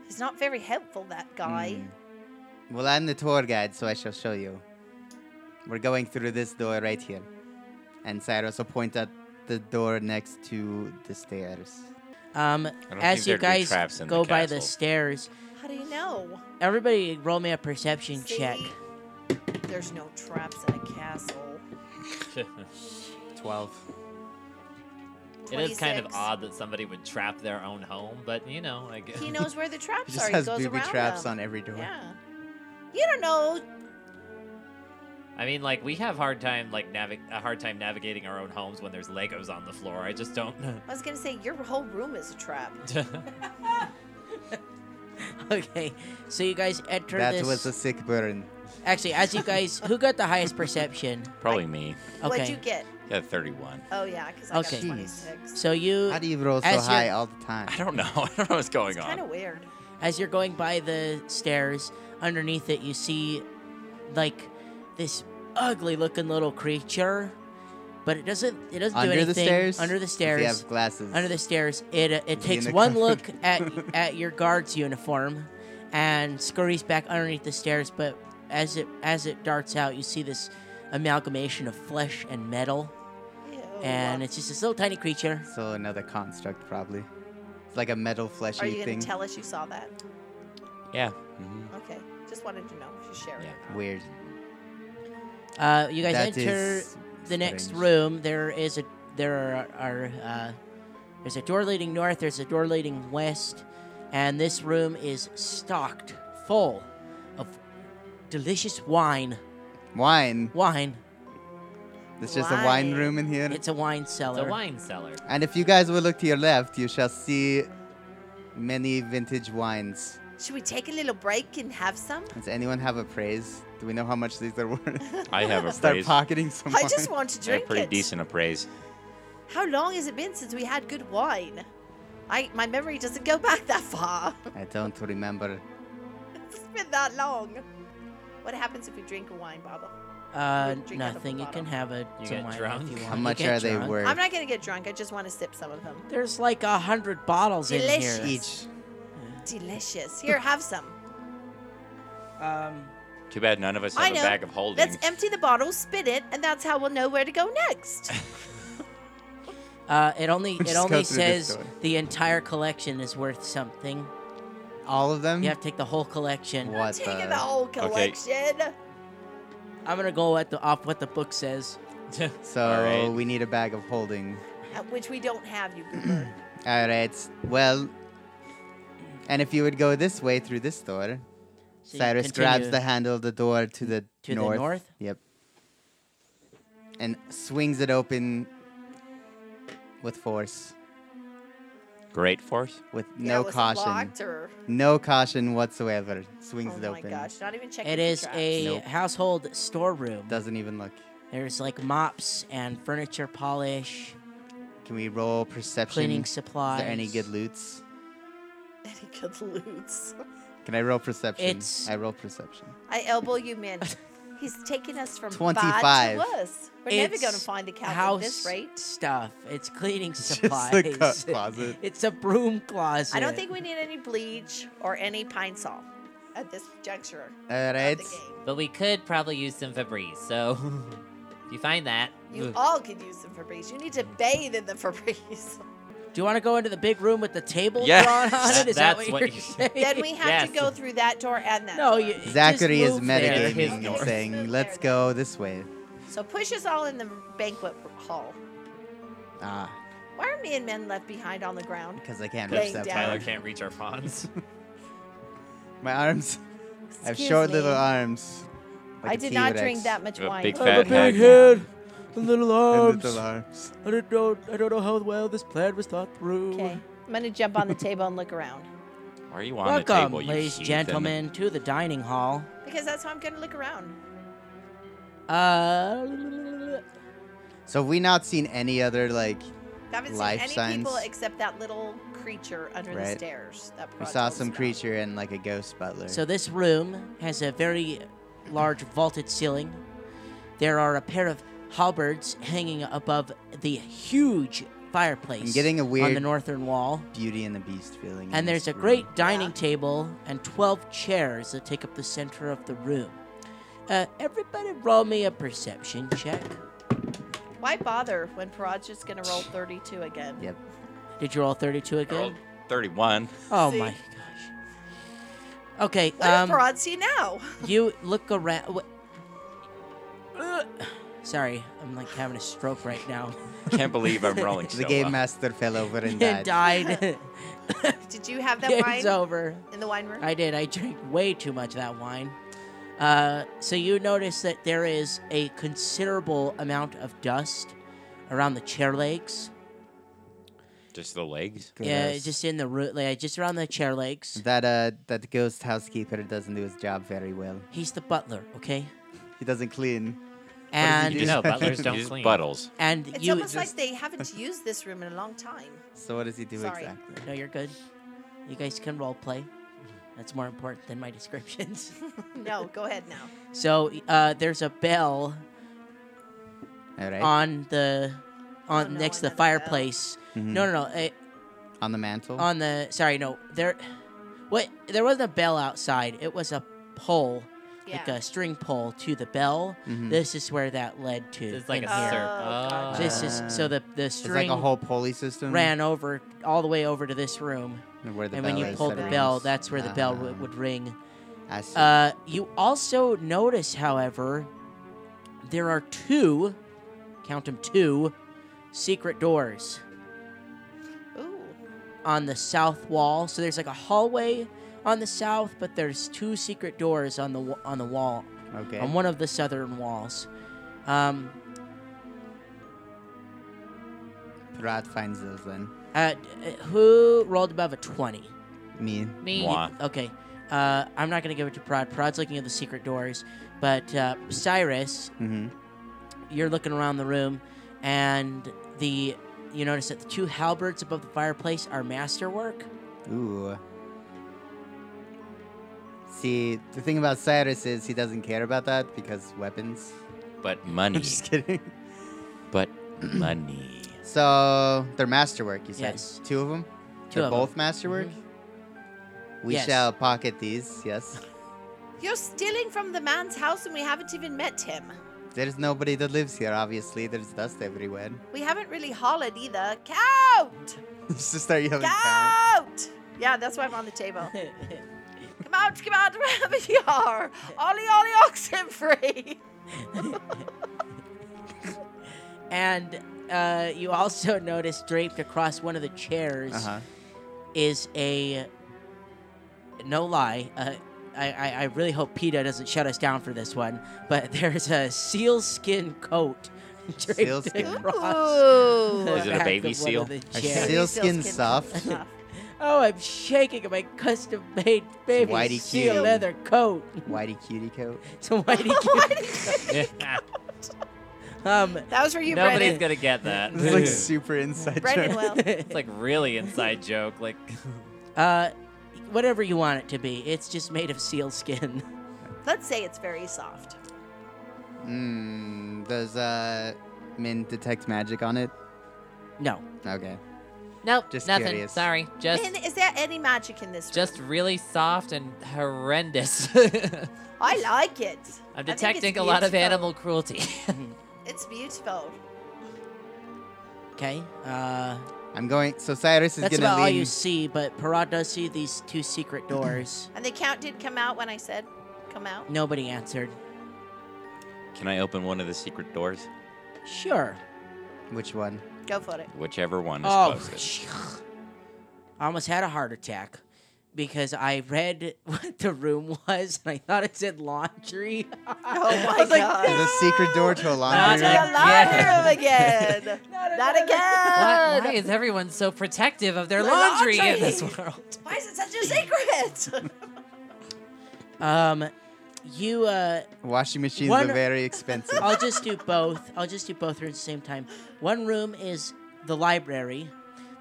Speaker 3: He's not very helpful, that guy.
Speaker 4: Hmm. Well, I'm the tour guide, so I shall show you. We're going through this door right here. And Cyrus will point at the door next to the stairs.
Speaker 1: Um,
Speaker 2: don't
Speaker 1: as
Speaker 2: think
Speaker 1: you
Speaker 2: there'd be
Speaker 1: guys
Speaker 2: traps in the
Speaker 1: go by the
Speaker 2: castle.
Speaker 1: stairs,
Speaker 3: How do you know?
Speaker 1: everybody roll me a perception check.
Speaker 3: See? There's no traps in a castle.
Speaker 4: 12.
Speaker 5: It is kind of
Speaker 3: 26.
Speaker 5: odd that somebody would trap their own home, but you know, I guess.
Speaker 3: He knows where the traps
Speaker 4: He just
Speaker 3: are.
Speaker 4: has
Speaker 3: he goes
Speaker 4: booby
Speaker 3: around
Speaker 4: traps
Speaker 3: them.
Speaker 4: on every door.
Speaker 3: Yeah. You don't know.
Speaker 5: I mean, like we have hard time like navi- a hard time navigating our own homes when there's Legos on the floor. I just don't.
Speaker 3: I was gonna say your whole room is a trap.
Speaker 1: okay, so you guys enter
Speaker 4: That
Speaker 1: this.
Speaker 4: was a sick burn.
Speaker 1: Actually, as you guys, who got the highest perception?
Speaker 2: Probably me.
Speaker 1: Okay.
Speaker 3: What'd you get?
Speaker 2: Yeah, 31.
Speaker 3: Oh yeah, because I
Speaker 1: Okay.
Speaker 3: got 26.
Speaker 1: so you,
Speaker 4: How do you roll so
Speaker 1: As you're-
Speaker 4: high all the time?
Speaker 2: I don't know. I don't know what's going
Speaker 3: It's
Speaker 2: on.
Speaker 3: kind of weird.
Speaker 1: as you're going by the stairs, underneath it, you see like this ugly-looking little creature, but it doesn't. It doesn't do
Speaker 4: Under
Speaker 1: anything.
Speaker 4: the stairs?
Speaker 1: Under the
Speaker 4: If
Speaker 1: stairs.
Speaker 4: You have glasses.
Speaker 1: under the stairs. It uh, it
Speaker 4: Is he
Speaker 1: takes
Speaker 4: in a
Speaker 1: one
Speaker 4: cupboard?
Speaker 1: look at at your guard's uniform, and scurries back underneath the stairs. But as it as it darts out, you see this amalgamation of flesh and metal,
Speaker 3: Ew.
Speaker 1: and it's just this little tiny creature.
Speaker 4: So another construct, probably. It's like a metal fleshy
Speaker 3: are you gonna
Speaker 4: thing.
Speaker 3: tell us you saw that?
Speaker 2: Yeah. hmm
Speaker 3: Okay. Just wanted to know if you shared
Speaker 2: Yeah.
Speaker 3: it.
Speaker 4: Weird.
Speaker 1: Uh, you guys
Speaker 4: That
Speaker 1: enter
Speaker 4: is
Speaker 1: the next
Speaker 4: strange.
Speaker 1: room. There is a there are, are uh, there's a door leading north. There's a door leading west, and this room is stocked full of delicious wine.
Speaker 4: Wine.
Speaker 1: Wine.
Speaker 4: There's just a wine
Speaker 3: Wine.
Speaker 4: room in here.
Speaker 1: It's a wine
Speaker 5: It's a
Speaker 1: cellar.
Speaker 5: wine cellar.
Speaker 4: And if you guys will look to your left, you shall see many vintage wines.
Speaker 3: Should we take a little break and have some?
Speaker 4: Does anyone have a praise? Do we know how much these are worth?
Speaker 2: I have a
Speaker 4: Start
Speaker 2: praise. I
Speaker 4: pocketing some
Speaker 3: I
Speaker 4: wine.
Speaker 3: just want to
Speaker 2: have
Speaker 3: drink
Speaker 2: pretty
Speaker 3: it.
Speaker 2: decent appraise.
Speaker 3: How long has it been since we had good wine? I my memory doesn't go back that far.
Speaker 4: I don't remember.
Speaker 3: it's been that long. What happens if we drink a wine bottle?
Speaker 1: Uh,
Speaker 3: Drink out of the
Speaker 1: nothing. You can
Speaker 3: bottle.
Speaker 1: have a
Speaker 5: You
Speaker 1: some
Speaker 5: get
Speaker 1: wine if
Speaker 5: drunk?
Speaker 1: you
Speaker 5: How
Speaker 1: want.
Speaker 4: How
Speaker 1: You
Speaker 4: much
Speaker 1: get
Speaker 4: are they
Speaker 1: drunk.
Speaker 4: worth?
Speaker 3: I'm not gonna get drunk. I just want to sip some of them.
Speaker 1: There's like a hundred bottles in here.
Speaker 4: Each.
Speaker 3: Delicious. Here, have some.
Speaker 1: Um,
Speaker 2: Too bad none of us
Speaker 3: I
Speaker 2: have a
Speaker 3: know.
Speaker 2: bag of holding.
Speaker 3: Let's empty the bottle, spin it, and that's how we'll know where to go next.
Speaker 1: uh, it only it
Speaker 4: Just
Speaker 1: only
Speaker 4: go through this
Speaker 1: says
Speaker 4: door.
Speaker 1: the entire collection is worth something.
Speaker 4: All of them?
Speaker 1: You have to take the whole collection.
Speaker 4: What
Speaker 3: Taking
Speaker 4: the-
Speaker 3: the whole
Speaker 2: uh, Okay.
Speaker 3: collection. uh,
Speaker 1: I'm gonna go at the off what the book says.
Speaker 4: So
Speaker 2: All right.
Speaker 4: we need a bag of holding.
Speaker 3: Uh, Which we don't have, you goober.
Speaker 4: All right. Well, and if you would go this way through this door,
Speaker 1: So you
Speaker 4: Cyrus grabs
Speaker 1: continue.
Speaker 4: the handle of the door to the
Speaker 1: To the
Speaker 4: north.
Speaker 1: north?
Speaker 4: Yep. And swings it open with force,
Speaker 2: Great force.
Speaker 4: with
Speaker 3: Yeah,
Speaker 4: no
Speaker 3: was it
Speaker 4: caution,
Speaker 3: locked or-
Speaker 4: no caution whatsoever. Swings
Speaker 3: Oh
Speaker 4: it
Speaker 3: my
Speaker 4: open.
Speaker 3: gosh, not even checking.
Speaker 1: It
Speaker 3: for
Speaker 1: is
Speaker 3: traps.
Speaker 1: a
Speaker 4: Nope.
Speaker 1: household storeroom.
Speaker 4: Doesn't even look.
Speaker 1: There's like mops and furniture polish.
Speaker 4: Can we roll perception?
Speaker 1: Cleaning
Speaker 4: Is
Speaker 1: supplies.
Speaker 4: there any good loots?
Speaker 3: Any good loots.
Speaker 4: Can I roll perception?
Speaker 1: It's-
Speaker 4: I roll perception.
Speaker 3: I elbow you, man. He's taking us from
Speaker 4: 25.
Speaker 3: bad to worse. We're never
Speaker 1: It's
Speaker 3: going to find a cat
Speaker 1: House
Speaker 3: at this rate.
Speaker 1: stuff. It's cleaning
Speaker 4: It's just
Speaker 1: supplies.
Speaker 4: a cut closet.
Speaker 1: It's a broom closet.
Speaker 3: I don't think we need any bleach or any pine saw at this juncture
Speaker 4: All
Speaker 3: of
Speaker 4: right.
Speaker 3: the game.
Speaker 5: But we could probably use some Febreze, so if you find that.
Speaker 3: You
Speaker 5: Ugh.
Speaker 3: all could use some Febreze. You need to bathe in the Febreze.
Speaker 1: Do you want to go into the big room with the table
Speaker 2: Yes.
Speaker 1: drawn on it? Is that,
Speaker 5: That's
Speaker 1: what
Speaker 5: what
Speaker 1: you're
Speaker 5: you-
Speaker 1: saying?
Speaker 3: then we have to
Speaker 5: Yes.
Speaker 3: go through that door and that.
Speaker 1: no,
Speaker 3: door.
Speaker 1: you,
Speaker 4: Zachary
Speaker 1: just
Speaker 4: is
Speaker 1: move there.
Speaker 5: his
Speaker 4: metagaming and
Speaker 5: north.
Speaker 3: Move
Speaker 4: saying,
Speaker 3: there
Speaker 4: "Let's
Speaker 3: then.
Speaker 4: go this way."
Speaker 3: So push us all in the banquet hall.
Speaker 4: Ah,
Speaker 3: Why are me and men left behind on the ground?
Speaker 4: because I can't
Speaker 3: Laying
Speaker 4: reach that
Speaker 3: down.
Speaker 5: Tyler
Speaker 4: far.
Speaker 5: can't reach our pawns.
Speaker 4: My arms. I have
Speaker 3: Excuse
Speaker 4: short
Speaker 3: me.
Speaker 4: little arms. like
Speaker 3: I
Speaker 4: a
Speaker 3: did not drink
Speaker 4: T-Rex.
Speaker 3: that much
Speaker 2: A
Speaker 3: wine.
Speaker 2: big
Speaker 1: I
Speaker 2: fat
Speaker 1: have a big
Speaker 2: hag.
Speaker 1: head, a little
Speaker 4: And
Speaker 1: arms.
Speaker 4: little arms.
Speaker 1: I don't know. I don't know how well this plan was thought through.
Speaker 3: Okay, I'm gonna jump on the table and look around
Speaker 2: Why are you on
Speaker 1: Welcome,
Speaker 2: the table, you
Speaker 1: ladies
Speaker 2: heathen?
Speaker 1: gentlemen, to the dining hall.
Speaker 3: because that's how I'm gonna look around.
Speaker 1: Uh,
Speaker 4: So have we not seen any other like?
Speaker 3: Haven't seen
Speaker 4: Life
Speaker 3: any people
Speaker 4: signs.
Speaker 3: except that little creature under the
Speaker 4: Right.
Speaker 3: stairs. That
Speaker 4: We
Speaker 3: brought
Speaker 4: saw
Speaker 3: all the
Speaker 4: some
Speaker 3: smell.
Speaker 4: creature and like a ghost butler.
Speaker 1: So this room has a very large vaulted ceiling. There are a pair of halberds hanging above the huge fireplace
Speaker 4: I'm getting a
Speaker 1: on the
Speaker 4: weird- Mm.
Speaker 1: northern wall.
Speaker 4: Beauty and the Beast feeling. in
Speaker 1: And there's a
Speaker 4: this room.
Speaker 1: great dining table and 12 chairs that take up the center of the room. Uh, everybody roll me a perception check.
Speaker 3: Why bother when Paraj's just gonna roll 32 again?
Speaker 4: Yep.
Speaker 1: Did you roll 32
Speaker 2: I rolled
Speaker 1: again?
Speaker 2: 31.
Speaker 1: Oh
Speaker 3: See?
Speaker 1: my gosh. Okay,
Speaker 3: What
Speaker 1: um
Speaker 3: does Paraj see now?
Speaker 1: you look around. Sorry, I'm like having a stroke right now.
Speaker 2: Can't believe I'm rolling
Speaker 4: The
Speaker 2: so
Speaker 4: game
Speaker 2: well.
Speaker 4: master fell over and
Speaker 1: and
Speaker 4: died.
Speaker 1: died.
Speaker 3: Did you have that wine
Speaker 1: it's over.
Speaker 3: in the wine room?
Speaker 1: I did. I drank way too much of that wine. Uh, so you notice that there is a considerable amount of dust around the chair legs.
Speaker 2: Just the legs?
Speaker 1: Yeah,
Speaker 4: Gross.
Speaker 1: just in the root, like just around the chair legs.
Speaker 4: That uh, that ghost housekeeper doesn't do his job very well.
Speaker 1: He's the butler, okay?
Speaker 4: He doesn't clean.
Speaker 1: And
Speaker 4: do?
Speaker 5: no, butlers don't
Speaker 2: Just
Speaker 5: clean.
Speaker 2: buttles.
Speaker 1: and
Speaker 3: it's
Speaker 1: you
Speaker 3: almost
Speaker 1: just,
Speaker 3: like they haven't used this room in a long time.
Speaker 4: So what does he do
Speaker 3: Sorry.
Speaker 4: exactly?
Speaker 1: no, you're good. You guys can role play. That's more important than my descriptions.
Speaker 3: No, go ahead now.
Speaker 1: so uh, there's a bell
Speaker 4: All right.
Speaker 1: on the on
Speaker 3: Oh, no,
Speaker 1: next
Speaker 3: I
Speaker 1: to the
Speaker 3: know the bell.
Speaker 1: fireplace.
Speaker 4: Mhm.
Speaker 1: No, no, no. eh,
Speaker 4: On the mantle.
Speaker 1: on the sorry, no. There what there wasn't a bell outside. It was a pole,
Speaker 3: Yeah.
Speaker 1: like a string pole to the bell.
Speaker 4: Mhm.
Speaker 1: This is where that led to.
Speaker 5: It's like
Speaker 1: in
Speaker 5: a
Speaker 3: Oh,
Speaker 1: here.
Speaker 5: syrup.
Speaker 3: gotcha.
Speaker 1: This is so the the
Speaker 4: It's
Speaker 1: string
Speaker 4: like a whole pulley system.
Speaker 1: ran over all the way over to this room.
Speaker 4: Where the
Speaker 1: and
Speaker 4: bell
Speaker 1: when you
Speaker 4: is,
Speaker 1: pulled
Speaker 4: that
Speaker 1: the
Speaker 4: rings.
Speaker 1: bell, that's where the bell w-
Speaker 4: Um,
Speaker 1: would ring.
Speaker 4: I see.
Speaker 1: Uh, you also notice, however, there are two, count them two, secret doors
Speaker 3: Ooh.
Speaker 1: on the south wall. So there's like a hallway on the south, but there's two secret doors on the wa- on the wall
Speaker 4: okay.
Speaker 1: on one of the southern walls. Um,
Speaker 4: Pirat finds those then.
Speaker 1: uh, d- uh, who rolled above a twenty?
Speaker 4: Me.
Speaker 5: Me.
Speaker 2: Mwah.
Speaker 1: Okay. Uh, I'm not gonna give it to Prod. Prod's looking at the secret doors, but uh, Cyrus,
Speaker 4: Mm-hmm.
Speaker 1: you're looking around the room, and the you notice that the two halberds above the fireplace are masterwork.
Speaker 4: Ooh. See, the thing about Cyrus is he doesn't care about that because weapons.
Speaker 2: But money.
Speaker 4: I'm just kidding.
Speaker 2: But money.
Speaker 4: So they're masterwork. You said
Speaker 1: Yes.
Speaker 4: two of them.
Speaker 1: Two
Speaker 4: they're
Speaker 1: of 'em. Mm-hmm.
Speaker 4: both masterwork. We
Speaker 1: Yes.
Speaker 4: shall pocket these. Yes.
Speaker 3: You're stealing from the man's house and we haven't even met him.
Speaker 4: There's nobody that lives here. Obviously, there's dust everywhere.
Speaker 3: We haven't really hollered either. Count!
Speaker 4: Let's just start yelling. "Count."
Speaker 3: Count! Yeah, that's why I'm on the table. Come out, come out, wherever you are. Ollie, Ollie, oxen free.
Speaker 1: and uh, you also notice draped across one of the chairs
Speaker 4: Uh-huh.
Speaker 1: is a no lie. Uh, I, I, I really hope PETA doesn't shut us down for this one, but there's a sealskin coat draped
Speaker 4: Sealskin.
Speaker 1: across. the
Speaker 2: Is it a
Speaker 1: back
Speaker 2: baby
Speaker 1: of one
Speaker 2: seal?
Speaker 1: of the
Speaker 4: Are
Speaker 1: chairs.
Speaker 4: seal-
Speaker 3: Sealskin
Speaker 4: skin's soft.
Speaker 3: soft.
Speaker 1: Oh, I'm shaking at my custom-made baby
Speaker 4: whitey
Speaker 1: seal
Speaker 4: cutie.
Speaker 1: leather coat.
Speaker 4: Whitey cutie coat.
Speaker 1: It's a whitey cutie.
Speaker 5: Yeah.
Speaker 1: Um,
Speaker 3: That was for you,
Speaker 5: Nobody's
Speaker 3: Brendan.
Speaker 5: gonna get that.
Speaker 4: This is like super inside
Speaker 3: Brendan
Speaker 4: joke.
Speaker 3: will.
Speaker 5: It's like really inside joke. Like
Speaker 1: uh, whatever you want it to be, it's just made of seal skin.
Speaker 3: Let's say it's very soft.
Speaker 4: Mm, does uh, Min detect magic on it?
Speaker 1: No,
Speaker 4: Okay.
Speaker 5: nope,
Speaker 4: Just
Speaker 5: nothing.
Speaker 4: curious.
Speaker 5: Sorry, just
Speaker 3: Min, is there any magic in this?
Speaker 5: just
Speaker 3: room?
Speaker 5: really soft and horrendous.
Speaker 3: I like it. I think
Speaker 5: I'm
Speaker 3: it's
Speaker 5: detecting a lot of
Speaker 3: beautiful.
Speaker 5: animal cruelty.
Speaker 3: It's beautiful.
Speaker 1: okay. Uh,
Speaker 4: I'm going. So Cyrus is
Speaker 1: that's
Speaker 4: gonna
Speaker 1: about all
Speaker 4: lean.
Speaker 1: you see. But Parad does see these two secret doors.
Speaker 3: And the count did come out when I said come out.
Speaker 1: Nobody answered.
Speaker 2: Can I open one of the secret doors?
Speaker 1: Sure.
Speaker 4: Which one?
Speaker 3: Go for it.
Speaker 2: Whichever one is
Speaker 1: Oh,
Speaker 2: closest.
Speaker 1: I almost had a heart attack because I read what the room was and I thought it said laundry.
Speaker 3: Oh my
Speaker 1: I was like,
Speaker 3: god.
Speaker 4: There's a secret door to a
Speaker 5: Not
Speaker 4: laundry
Speaker 3: To the
Speaker 4: room.
Speaker 5: a-
Speaker 3: laundry
Speaker 5: Yeah.
Speaker 3: room again. Not
Speaker 5: why,
Speaker 3: again.
Speaker 5: why is everyone so protective of their
Speaker 3: The
Speaker 5: Uh, laundry, in
Speaker 3: laundry!
Speaker 5: this world?
Speaker 3: Why is it such a secret?
Speaker 1: Um, you uh,
Speaker 4: Washing machines
Speaker 1: One-
Speaker 4: are very expensive.
Speaker 1: I'll just do both. I'll just do both rooms at the same time. One room is the library.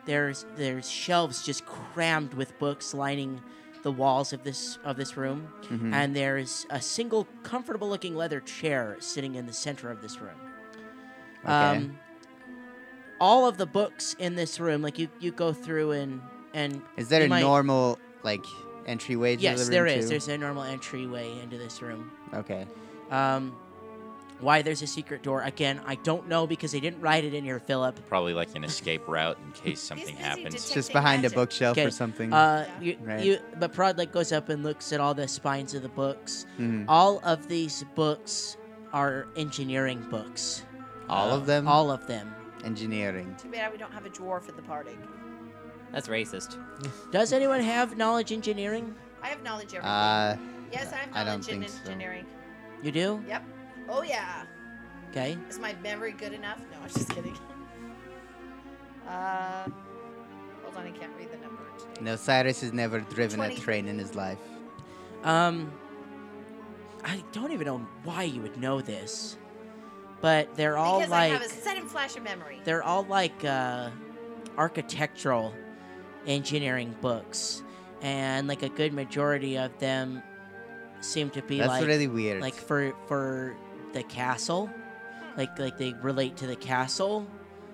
Speaker 1: There's there's shelves just crammed with books lining the walls of this of this room,
Speaker 4: Mhm.
Speaker 1: and there's a single comfortable looking leather chair sitting in the center of this room. Um,
Speaker 4: Okay.
Speaker 1: all of the books in this room, like you, you go through and and
Speaker 4: is there
Speaker 1: you
Speaker 4: a
Speaker 1: might-
Speaker 4: normal like entryway to
Speaker 1: Yes,
Speaker 4: the room
Speaker 1: there is.
Speaker 4: too?
Speaker 1: There's a normal entryway into this room.
Speaker 4: Okay.
Speaker 1: Um, why there's a secret door? Again, I don't know because they didn't write it in here, Philip.
Speaker 2: Probably like an escape route in case something
Speaker 3: busy
Speaker 2: happens.
Speaker 4: It's
Speaker 3: Detecting
Speaker 4: just behind
Speaker 3: magic.
Speaker 4: a bookshelf
Speaker 1: Okay,
Speaker 4: or something.
Speaker 1: Uh,
Speaker 3: Yeah.
Speaker 1: you,
Speaker 4: Right.
Speaker 1: you, but Prod like goes up and looks at all the spines of the books.
Speaker 4: Mhm.
Speaker 1: All of these books are engineering books.
Speaker 4: All of them.
Speaker 1: All of them.
Speaker 4: engineering.
Speaker 3: Too bad we don't have a dwarf at the party.
Speaker 5: That's racist.
Speaker 1: Does anyone have knowledge engineering?
Speaker 3: I have knowledge everything.
Speaker 4: Uh,
Speaker 3: yes, I have
Speaker 4: I don't
Speaker 3: knowledge in
Speaker 4: think so.
Speaker 3: engineering.
Speaker 1: You do?
Speaker 3: Yep. Oh yeah.
Speaker 1: Okay.
Speaker 3: Is my memory good enough? No, I'm just kidding. Uh, hold on, I can't read the number. today.
Speaker 4: no, Cyrus has never driven a
Speaker 3: 20.
Speaker 4: train in his life.
Speaker 1: Um, I don't even know why you would know this, but they're all
Speaker 3: because I
Speaker 1: like
Speaker 3: have a sudden flash of memory.
Speaker 1: they're all like uh, architectural engineering books, and like a good majority of them seem to be
Speaker 4: That's
Speaker 1: like
Speaker 4: really weird.
Speaker 1: like for for the castle, like like they relate to the castle.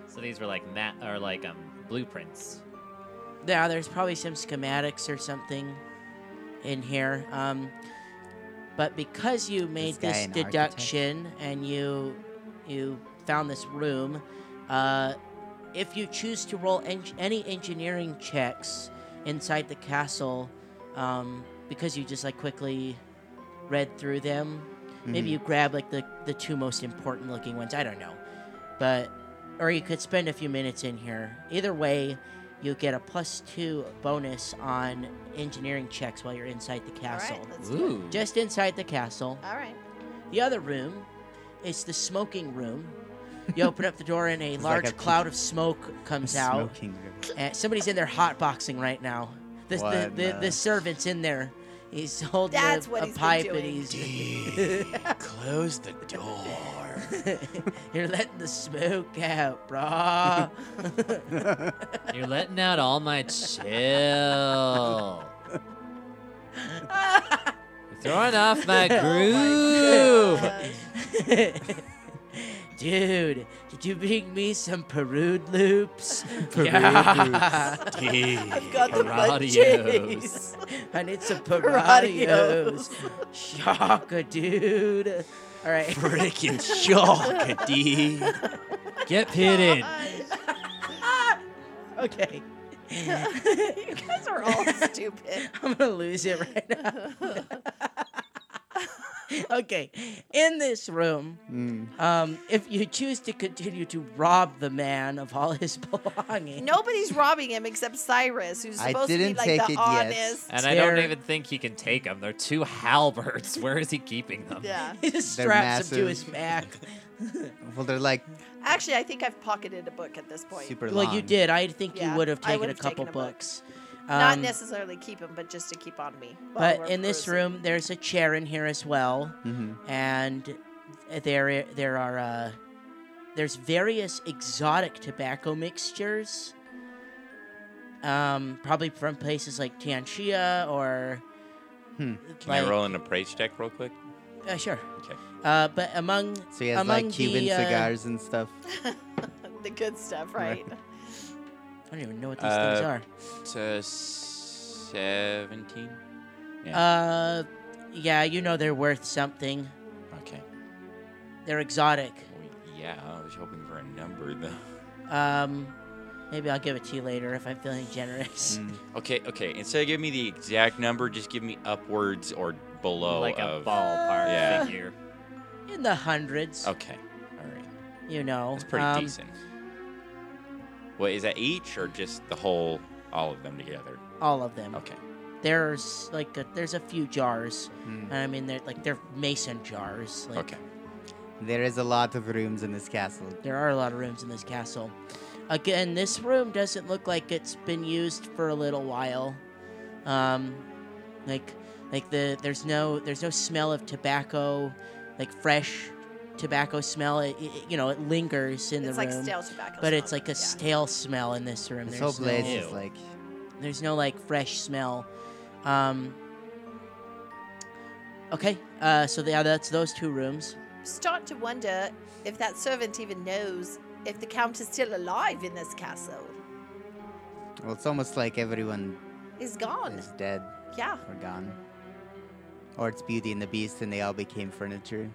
Speaker 5: So these were like na- or like um blueprints.
Speaker 1: Yeah, there's probably some schematics or something in here. Um, but because you made
Speaker 4: guy
Speaker 1: this,
Speaker 4: an architect?
Speaker 1: deduction and you you found this room, uh, if you choose to roll en- any engineering checks inside the castle, um, because you just like quickly read through them, maybe
Speaker 4: Mhm.
Speaker 1: you grab like the the two most important looking ones. I don't know, but or you could spend a few minutes in here. Either way, you get a plus two bonus on engineering checks while you're inside the
Speaker 3: all
Speaker 1: castle.
Speaker 3: right, let's do it.
Speaker 5: Ooh.
Speaker 1: Just inside the castle.
Speaker 3: All right.
Speaker 1: The other room is the smoking room. You open up the door and a
Speaker 4: It's
Speaker 1: large
Speaker 4: like a-
Speaker 1: cloud of smoke comes out.
Speaker 4: Smoking room.
Speaker 1: And Eh, somebody's in there hot boxing right now. The, the,
Speaker 4: What
Speaker 1: the,
Speaker 4: the-
Speaker 1: the servant's in there. He's holding
Speaker 3: That's
Speaker 1: a,
Speaker 3: what
Speaker 1: a
Speaker 3: he's been
Speaker 1: pipe and
Speaker 3: doing.
Speaker 1: he's.
Speaker 2: Close the door.
Speaker 1: You're letting the smoke out, brah.
Speaker 5: You're letting out all my chill. You're throwing off my
Speaker 3: Oh
Speaker 5: groove.
Speaker 3: my gosh.
Speaker 1: Dude, did you bring me some Perude loops?
Speaker 4: Perude
Speaker 1: loops.
Speaker 3: I've got the
Speaker 5: Paradios.
Speaker 3: munchies.
Speaker 1: I need some
Speaker 3: Paradios.
Speaker 1: Paradios. Shocker, dude. All right.
Speaker 2: Freaking shock, D.
Speaker 5: Get pitted.
Speaker 3: uh,
Speaker 1: Okay.
Speaker 3: you guys are all stupid.
Speaker 1: I'm going to lose it right now. Okay. In this room,
Speaker 4: Mm.
Speaker 1: um, if you choose to continue to rob the man of all his belongings.
Speaker 3: Nobody's robbing him except Cyrus, who's
Speaker 4: I
Speaker 3: supposed to be
Speaker 4: didn't
Speaker 3: like
Speaker 4: take
Speaker 3: the
Speaker 4: it yet.
Speaker 3: honest.
Speaker 5: And I don't
Speaker 1: They're-
Speaker 5: even think he can take them. They're two halberds. Where is he keeping them?
Speaker 3: Yeah.
Speaker 1: He just
Speaker 4: They're
Speaker 1: straps him to his
Speaker 4: massive.
Speaker 1: back.
Speaker 4: Well, they're like
Speaker 3: Actually, I think I've pocketed a book at this point.
Speaker 4: super long.
Speaker 1: Well, you did. I think you
Speaker 3: Yeah,
Speaker 1: would have
Speaker 3: I
Speaker 1: taken a
Speaker 3: would've
Speaker 1: couple
Speaker 3: taken a book.
Speaker 1: books.
Speaker 3: Not
Speaker 1: Um,
Speaker 3: necessarily keep him, but just to keep on me. while
Speaker 1: But
Speaker 3: we're
Speaker 1: in this
Speaker 3: perusing.
Speaker 1: room, there's
Speaker 2: Mm-hmm.
Speaker 1: a chair in here as well,
Speaker 4: hmm
Speaker 1: and there there are uh, There's various exotic tobacco mixtures, um, probably from places like Tianxia or.
Speaker 4: Hmm.
Speaker 2: Can
Speaker 1: Like,
Speaker 2: I roll in a praise check real quick?
Speaker 1: uh, sure.
Speaker 2: Okay.
Speaker 1: Uh, but among
Speaker 4: So he has
Speaker 1: Among
Speaker 4: like Cuban
Speaker 1: the, uh,
Speaker 4: cigars and stuff.
Speaker 3: the good stuff, right?
Speaker 4: Right.
Speaker 1: I don't even know what these
Speaker 2: Uh,
Speaker 1: things are.
Speaker 2: To seventeen. yeah.
Speaker 1: Uh, yeah, you know they're worth something.
Speaker 2: Okay.
Speaker 1: They're exotic.
Speaker 2: Well, yeah, I was hoping for a number though.
Speaker 1: Um, maybe I'll give it to you later if I'm feeling generous.
Speaker 4: Mm.
Speaker 2: Okay, okay. Instead of giving me the exact number, just give me upwards or below
Speaker 5: like a
Speaker 2: of.
Speaker 5: ballpark
Speaker 2: Yeah.
Speaker 5: figure.
Speaker 2: Mm.
Speaker 1: In the hundreds,
Speaker 2: Okay. All right.
Speaker 1: you know.
Speaker 2: That's pretty
Speaker 1: Um,
Speaker 2: decent. What is that each or just the whole, all of them together?
Speaker 1: All of them.
Speaker 2: Okay.
Speaker 1: There's like a, there's a few jars.
Speaker 4: Mm.
Speaker 1: I mean, they're like they're mason jars. Like,
Speaker 2: Hmm. Okay.
Speaker 4: There is a lot of rooms in this castle.
Speaker 1: There are a lot of rooms in this castle. Again, this room doesn't look like it's been used for a little while. Um, like, like the there's no there's no smell of tobacco, like fresh tobacco smell. It, it- you know it lingers in
Speaker 3: it's
Speaker 1: the
Speaker 3: like
Speaker 1: room,
Speaker 3: stale tobacco.
Speaker 1: but it's
Speaker 3: smell,
Speaker 1: like a
Speaker 3: yeah.
Speaker 1: stale smell in this room.
Speaker 4: This whole
Speaker 1: there's
Speaker 4: place
Speaker 1: no,
Speaker 4: is
Speaker 5: Ew.
Speaker 4: like
Speaker 1: there's no like fresh smell. Um, okay, uh, so yeah, that's those two rooms.
Speaker 3: Start to wonder if that servant even knows if the count is still alive in this castle.
Speaker 4: well, it's almost like everyone
Speaker 3: He's gone.
Speaker 4: is dead
Speaker 3: Yeah.
Speaker 4: or gone, or it's Beauty and the Beast and they all became furniture.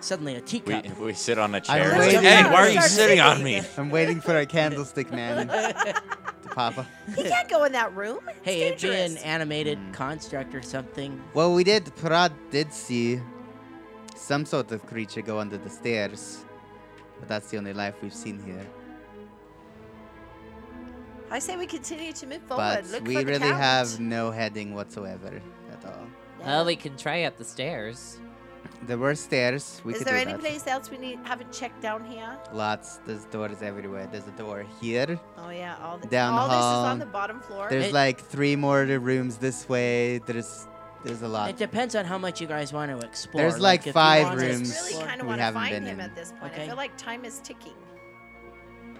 Speaker 1: Suddenly, a teacup.
Speaker 2: We, we sit on a chair.
Speaker 4: waiting
Speaker 2: It's like, hey,
Speaker 4: for
Speaker 2: why are
Speaker 4: it
Speaker 2: you
Speaker 4: to
Speaker 2: sitting
Speaker 3: start
Speaker 2: on me?
Speaker 4: I'm waiting for our candlestick man to pop up.
Speaker 3: He can't go in that room. It's
Speaker 1: Hey, it'd be an
Speaker 3: dangerous.
Speaker 1: animated
Speaker 4: Mm.
Speaker 1: construct or something.
Speaker 4: Well, we did. Prad did see some sort of creature go under the stairs, but that's the only life we've seen here.
Speaker 3: I say we continue to move forward.
Speaker 4: but
Speaker 3: Oh, Look
Speaker 4: we
Speaker 3: for the
Speaker 4: really
Speaker 3: count.
Speaker 4: have no heading whatsoever at all.
Speaker 3: Yeah.
Speaker 5: Well, we can try up the stairs.
Speaker 4: There were stairs. We
Speaker 3: is
Speaker 4: could
Speaker 3: there
Speaker 4: do
Speaker 3: any
Speaker 4: that.
Speaker 3: place else we need haven't checked down here?
Speaker 4: Lots. There's doors everywhere. There's a door here.
Speaker 3: Oh yeah, all the,
Speaker 4: Down
Speaker 3: all this is
Speaker 4: hall.
Speaker 3: on the bottom floor.
Speaker 4: There's
Speaker 1: It-
Speaker 4: like three more rooms this way. There's there's a lot.
Speaker 1: It depends on how much you guys want to explore.
Speaker 4: Uh, There's, like,
Speaker 1: if you
Speaker 4: five
Speaker 1: want
Speaker 3: I
Speaker 1: to
Speaker 4: rooms.
Speaker 3: just really
Speaker 1: explore-
Speaker 3: kind of
Speaker 4: we
Speaker 3: want to
Speaker 4: haven't
Speaker 3: find
Speaker 4: been
Speaker 3: him
Speaker 4: in.
Speaker 3: at this point. I
Speaker 1: Okay.
Speaker 3: feel like time is ticking,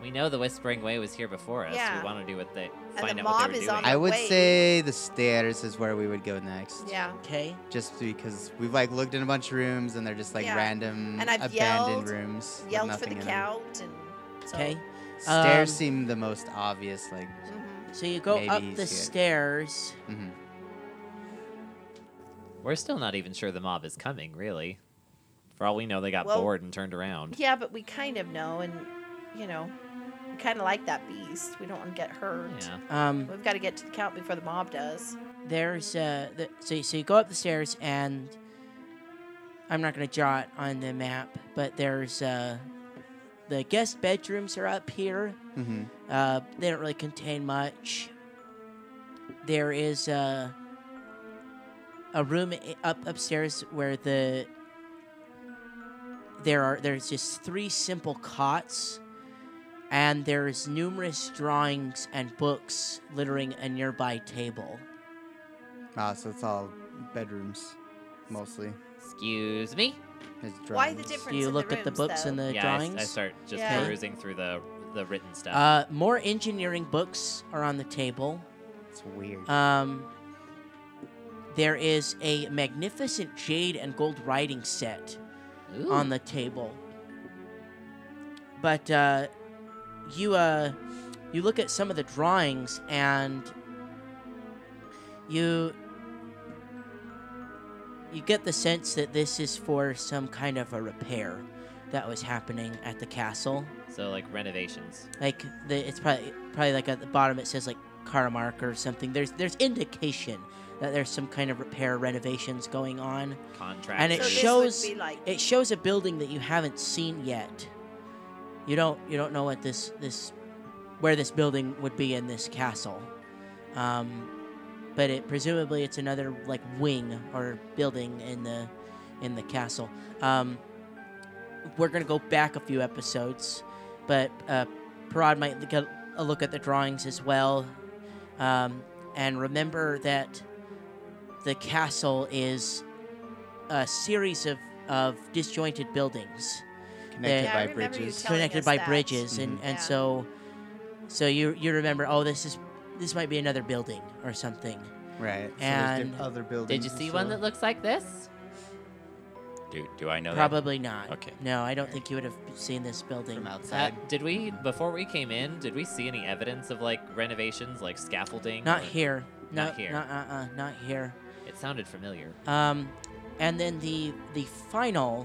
Speaker 5: We know the Whispering Way was here before us.
Speaker 3: Yeah.
Speaker 5: We want to do what they
Speaker 3: the
Speaker 5: find out
Speaker 3: mob
Speaker 5: what they
Speaker 3: is
Speaker 5: were
Speaker 3: on
Speaker 5: doing.
Speaker 4: I would
Speaker 3: Wait.
Speaker 4: say the stairs is where we would go next.
Speaker 3: yeah.
Speaker 1: Okay.
Speaker 4: Just because we've like looked in a bunch of rooms and they're just like
Speaker 3: Yeah.
Speaker 4: random
Speaker 3: And I've yelled-
Speaker 4: abandoned rooms. with
Speaker 3: Yelled for the
Speaker 4: nothing in them.
Speaker 3: count and so,
Speaker 1: Okay.
Speaker 4: Stairs
Speaker 1: Um,
Speaker 4: seem the most obvious. Like,
Speaker 3: mhm.
Speaker 1: So you go
Speaker 4: Maybe
Speaker 1: up
Speaker 4: he's
Speaker 1: the
Speaker 4: here.
Speaker 1: stairs.
Speaker 4: mhm.
Speaker 5: We're still not even sure the mob is coming, really. For all we know, they got
Speaker 3: Well-
Speaker 5: bored and turned around.
Speaker 3: Yeah, but we kind of know, and you know, we kind of like that beast. We don't want to get hurt.
Speaker 5: Yeah.
Speaker 1: Um,
Speaker 3: We've got to get to the count before the mob does.
Speaker 1: there's uh, the, so so you go up the stairs and I'm not gonna draw it on the map, but there's uh, the guest bedrooms are up here.
Speaker 4: Mhm.
Speaker 1: Uh, they don't really contain much. There is a a room i- up upstairs where the there are there's just three simple cots, and there's numerous drawings and books littering a nearby table.
Speaker 4: Ah, so it's all bedrooms, mostly.
Speaker 5: Excuse me.
Speaker 4: There's
Speaker 3: Why the
Speaker 4: drawings.
Speaker 3: difference?
Speaker 1: Do you
Speaker 3: in
Speaker 1: look
Speaker 3: the
Speaker 1: at the
Speaker 3: rooms,
Speaker 1: books
Speaker 3: though?
Speaker 1: and the
Speaker 5: yeah, I s-
Speaker 1: drawings?
Speaker 5: I, start just
Speaker 3: Yeah.
Speaker 5: perusing through the the written stuff.
Speaker 1: uh, more engineering books are on the table.
Speaker 4: It's weird.
Speaker 1: Um, there is a magnificent jade and gold writing set
Speaker 5: Ooh.
Speaker 1: on the table. But uh, you uh, you look at some of the drawings and you you get the sense that this is for some kind of a repair that was happening at the castle.
Speaker 5: so like renovations.
Speaker 1: Like the, it's probably probably like at the bottom it says like Karamark or something. There's there's indication that there's some kind of repair renovations going on.
Speaker 5: contracts.
Speaker 1: And it
Speaker 3: so this
Speaker 1: shows-
Speaker 3: would be like
Speaker 1: It shows a building that you haven't seen yet. You don't you don't know what this this where this building would be in this castle. Um, but it presumably it's another like wing or building in the in the castle. Um, we're gonna go back a few episodes, but uh, Parad might get a look at the drawings as well, um, and remember that the castle is a series of, of disjointed buildings.
Speaker 4: Connected
Speaker 1: Yeah,
Speaker 3: I
Speaker 4: by
Speaker 3: remember you
Speaker 4: bridges.
Speaker 3: telling
Speaker 1: connected
Speaker 3: us
Speaker 1: by
Speaker 3: that.
Speaker 1: bridges, and
Speaker 4: Mhm.
Speaker 1: and
Speaker 3: Yeah.
Speaker 1: so, so you you remember? Oh, this is this might be another building or something.
Speaker 4: Right. so there's
Speaker 1: And
Speaker 4: diff- other buildings.
Speaker 5: Did you
Speaker 4: and
Speaker 5: see one
Speaker 4: so-
Speaker 5: that looks like this?
Speaker 2: Do, do I know that?
Speaker 1: Probably not.
Speaker 2: Okay.
Speaker 1: No, I don't think you would have seen this building.
Speaker 4: from
Speaker 5: Uh,
Speaker 4: outside?
Speaker 5: did we before we came in? Did we see any evidence of like renovations, like scaffolding?
Speaker 1: Not
Speaker 5: or-
Speaker 1: here. No,
Speaker 5: Not here.
Speaker 1: Not, uh-uh, not here.
Speaker 5: It sounded familiar.
Speaker 1: Um, and then the the final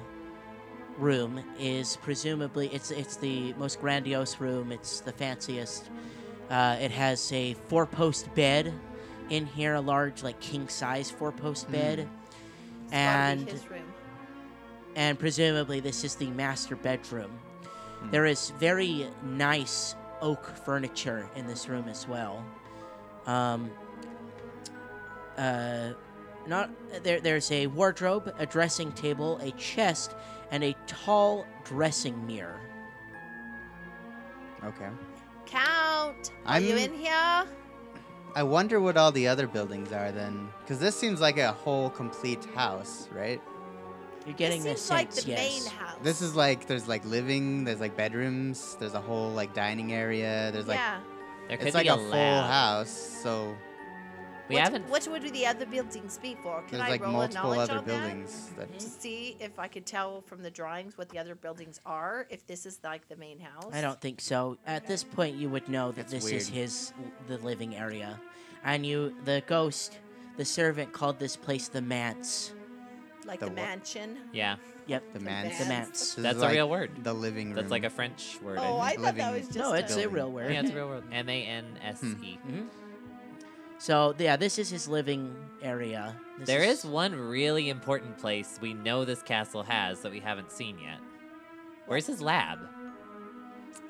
Speaker 1: room is presumably it's it's the most grandiose room. It's the fanciest. Uh, it has a four post bed in here, a large like king size four post bed,
Speaker 3: Hmm. It's gotta be
Speaker 1: and
Speaker 3: his room.
Speaker 1: and presumably this is the master bedroom.
Speaker 4: Hmm.
Speaker 1: There is very nice oak furniture in this room as well. Um, uh, not there. There's a wardrobe, a dressing table, a chest, and a tall dressing mirror.
Speaker 4: Okay.
Speaker 3: Count, are you
Speaker 4: I'm-
Speaker 3: in here?
Speaker 4: I wonder what all the other buildings are then, because this seems like a whole complete house, right?
Speaker 1: You're getting
Speaker 3: this
Speaker 1: this
Speaker 3: is
Speaker 1: sense,
Speaker 3: like the
Speaker 1: yes.
Speaker 3: main house.
Speaker 4: This is like there's like living, there's like bedrooms, there's a whole like dining area, there's like
Speaker 3: yeah.
Speaker 5: There could
Speaker 4: it's like
Speaker 5: be a,
Speaker 4: a full
Speaker 5: lab.
Speaker 4: house, so
Speaker 5: We
Speaker 3: what,
Speaker 5: haven't.
Speaker 3: What would the other buildings be for? Can
Speaker 4: there's
Speaker 3: I
Speaker 4: like
Speaker 3: roll
Speaker 4: multiple
Speaker 3: a knowledge
Speaker 4: other
Speaker 3: on
Speaker 4: buildings. That,
Speaker 3: that to see if I could tell from the drawings what the other buildings are? If this is like the main house.
Speaker 1: I don't think so. At this point, you would know that
Speaker 4: That's
Speaker 1: this is
Speaker 4: weird.
Speaker 1: his the living area, and you the ghost, the servant called this place the manse.
Speaker 3: like
Speaker 4: The
Speaker 3: the,
Speaker 4: what?
Speaker 3: mansion.
Speaker 5: Yeah,
Speaker 1: Yep,
Speaker 4: the
Speaker 3: manse.
Speaker 4: manse.
Speaker 1: the manse.
Speaker 4: This is
Speaker 5: that's a
Speaker 4: like
Speaker 5: real word.
Speaker 4: The living room.
Speaker 5: That's like a French word.
Speaker 3: Oh, I
Speaker 4: I
Speaker 5: I
Speaker 3: thought
Speaker 4: thought that
Speaker 3: that
Speaker 4: living-
Speaker 3: was
Speaker 4: was
Speaker 3: just.
Speaker 1: No, it's a
Speaker 4: building.
Speaker 1: real
Speaker 5: think.
Speaker 1: word.
Speaker 5: Yeah, it's a real word. M a n s e.
Speaker 4: Hmm.
Speaker 1: So yeah, this is his living area. This
Speaker 5: There is one really important place we know this castle has that we haven't seen yet. Where's his lab?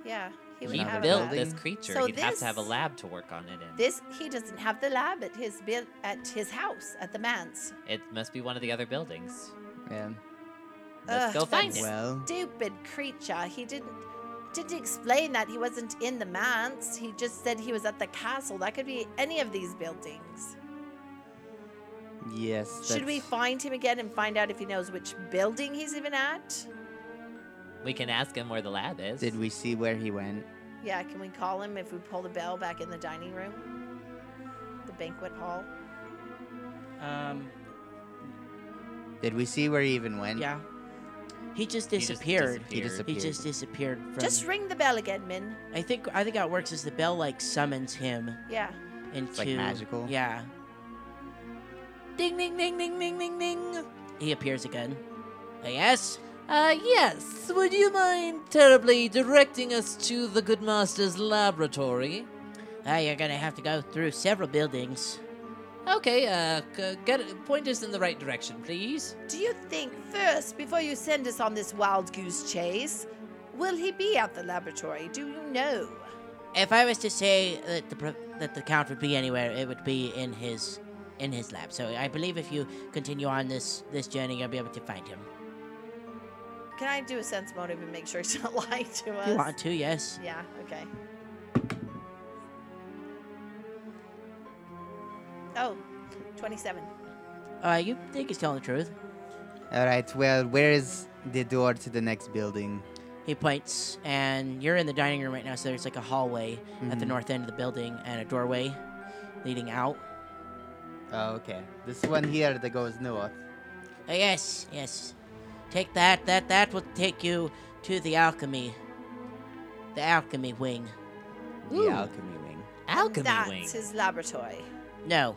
Speaker 3: Yeah, he would
Speaker 5: He
Speaker 3: have
Speaker 5: built
Speaker 3: that.
Speaker 5: this
Speaker 4: lab.
Speaker 5: creature.
Speaker 3: So
Speaker 5: He'd have to have a
Speaker 3: this-
Speaker 5: lab to work on it in.
Speaker 3: This he doesn't have the lab at his build at his house at the manse.
Speaker 5: It must be one of the other buildings.
Speaker 4: yeah.
Speaker 5: Let's
Speaker 3: Ugh,
Speaker 5: go find
Speaker 3: that's-
Speaker 5: it.
Speaker 4: Well,
Speaker 3: Stupid creature. He didn't didn't explain that he wasn't in the manse. He just said he was at the castle. That could be any of these buildings.
Speaker 4: yes.
Speaker 3: Should we
Speaker 4: that's-
Speaker 3: find him again and find out if he knows which building he's even at?
Speaker 5: We can ask him where the lab is.
Speaker 4: Did we see where he went?
Speaker 3: Yeah, can we call him if we pull the bell back in the dining room? The banquet hall?
Speaker 1: Um,
Speaker 4: Did we see where he even went?
Speaker 1: yeah. He just
Speaker 5: He just
Speaker 1: disappeared.
Speaker 4: He
Speaker 1: He
Speaker 4: disappeared.
Speaker 1: just disappeared. From,
Speaker 3: Just ring the bell again, Min.
Speaker 1: I think I think how it works is the bell like summons him
Speaker 3: Yeah.
Speaker 1: into
Speaker 4: like magical.
Speaker 1: Yeah. Ding ding ding ding ding ding ding. He appears again. Uh, yes.
Speaker 5: Uh, yes. Would you mind terribly directing us to the good master's laboratory?
Speaker 1: Ah, you're gonna have to go through several buildings.
Speaker 5: Okay, uh, c- get, point us in the right direction, please.
Speaker 3: Do you think first, before you send us on this wild goose chase, will he be at the laboratory? Do you know?
Speaker 1: If I was to say that the pro- that the count would be anywhere, it would be in his in his lab. So I believe if you continue on this this journey, you'll be able to find him.
Speaker 3: Can I do a sense motive and make sure he's not lying to us?
Speaker 1: If you want to? Yes.
Speaker 3: Yeah, okay. Oh, 27.
Speaker 1: Uh, you think he's telling the truth?
Speaker 4: All right. Well, where is the door to the next building?
Speaker 1: He points, and you're in the dining room right now. So there's like a hallway at the north end of the building and a doorway leading out.
Speaker 4: Oh, okay. This one here that goes north.
Speaker 1: Uh, yes, yes. Take that. That that will take you to the alchemy, the alchemy wing.
Speaker 5: Ooh.
Speaker 4: The alchemy wing.
Speaker 5: Alchemy
Speaker 3: That's
Speaker 5: wing.
Speaker 3: his laboratory.
Speaker 1: No,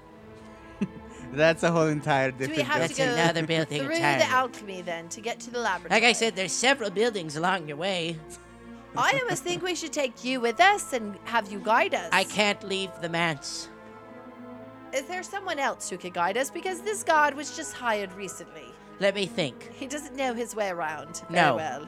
Speaker 4: That's a whole entire
Speaker 3: we
Speaker 4: different.
Speaker 3: have to
Speaker 1: that's
Speaker 3: go
Speaker 1: another building
Speaker 3: Through
Speaker 1: entirely.
Speaker 3: the alchemy, then, to get to the laboratory.
Speaker 1: like I said, there's several buildings along your way.
Speaker 3: I almost think we should take you with us and have you guide us.
Speaker 1: I can't leave the manse.
Speaker 3: Is there someone else who could guide us? Because this guard was just hired recently.
Speaker 1: Let me think.
Speaker 3: He doesn't know his way around very
Speaker 1: No.
Speaker 3: well.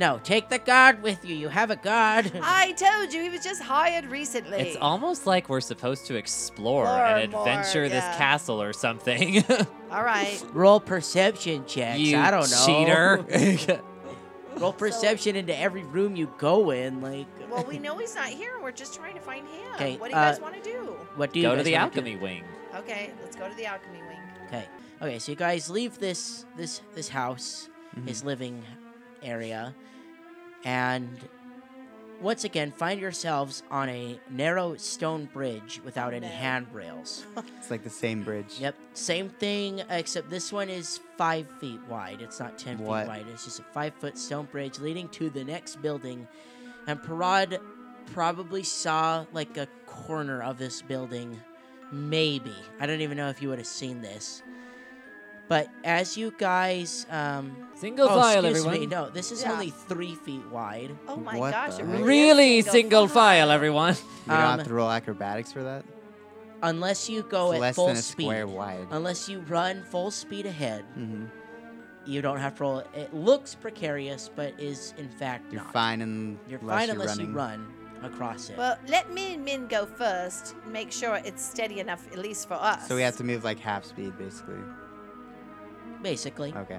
Speaker 1: No, take the guard with you. You have a guard.
Speaker 3: I told you he was just hired recently.
Speaker 5: It's almost like we're supposed to explore
Speaker 3: More
Speaker 5: and
Speaker 3: and more,
Speaker 5: adventure this
Speaker 3: yeah.
Speaker 5: castle or something.
Speaker 3: all right.
Speaker 1: Roll perception checks.
Speaker 5: you
Speaker 1: I don't know.
Speaker 5: cheater.
Speaker 1: Roll perception into every room you go in. Like,
Speaker 3: Well, we know he's not here. We're just trying to find him.
Speaker 1: 'Kay,
Speaker 3: what do you
Speaker 1: uh,
Speaker 3: guys want to do?
Speaker 1: what do you
Speaker 5: Go to
Speaker 1: guys
Speaker 5: the
Speaker 1: wanna do?
Speaker 5: alchemy wing.
Speaker 3: Okay, let's go to the alchemy wing.
Speaker 1: Okay.
Speaker 5: Mm-hmm.
Speaker 1: Okay, so you guys leave this this this house, his living area, and once again find yourselves on a narrow stone bridge without any
Speaker 3: No.
Speaker 1: handrails.
Speaker 4: It's like the same bridge.
Speaker 1: Yep, same thing, except this one is five feet wide. It's not ten
Speaker 4: What?
Speaker 1: feet wide. It's just a five foot stone bridge leading to the next building. And Parad probably saw like a corner of this building. Maybe. I don't even know if you would have seen this. But as you guys. Um,
Speaker 5: Single
Speaker 1: oh,
Speaker 5: file,
Speaker 1: excuse
Speaker 5: everyone.
Speaker 1: me. No, this is
Speaker 3: Yeah.
Speaker 1: only three feet wide.
Speaker 3: Oh my
Speaker 4: What
Speaker 3: gosh!
Speaker 4: the
Speaker 3: It
Speaker 4: heck?
Speaker 3: is
Speaker 5: Really single file,
Speaker 3: file.
Speaker 5: everyone.
Speaker 4: You don't
Speaker 1: Um,
Speaker 4: have to roll acrobatics for that.
Speaker 1: Unless you go
Speaker 4: it's
Speaker 1: at
Speaker 4: less
Speaker 1: full
Speaker 4: than a
Speaker 1: speed.
Speaker 4: square wide.
Speaker 1: Unless you run full speed ahead.
Speaker 4: hmm
Speaker 1: You don't have to roll. It looks precarious, but is in fact
Speaker 4: You're
Speaker 1: not.
Speaker 4: fine and
Speaker 1: You're
Speaker 4: unless
Speaker 1: fine
Speaker 4: you're
Speaker 1: unless
Speaker 4: running.
Speaker 1: you run across it.
Speaker 3: Well, let Min Min go first. Make sure it's steady enough, at least for us.
Speaker 4: So we have to move like half speed, basically.
Speaker 1: basically,
Speaker 4: Okay.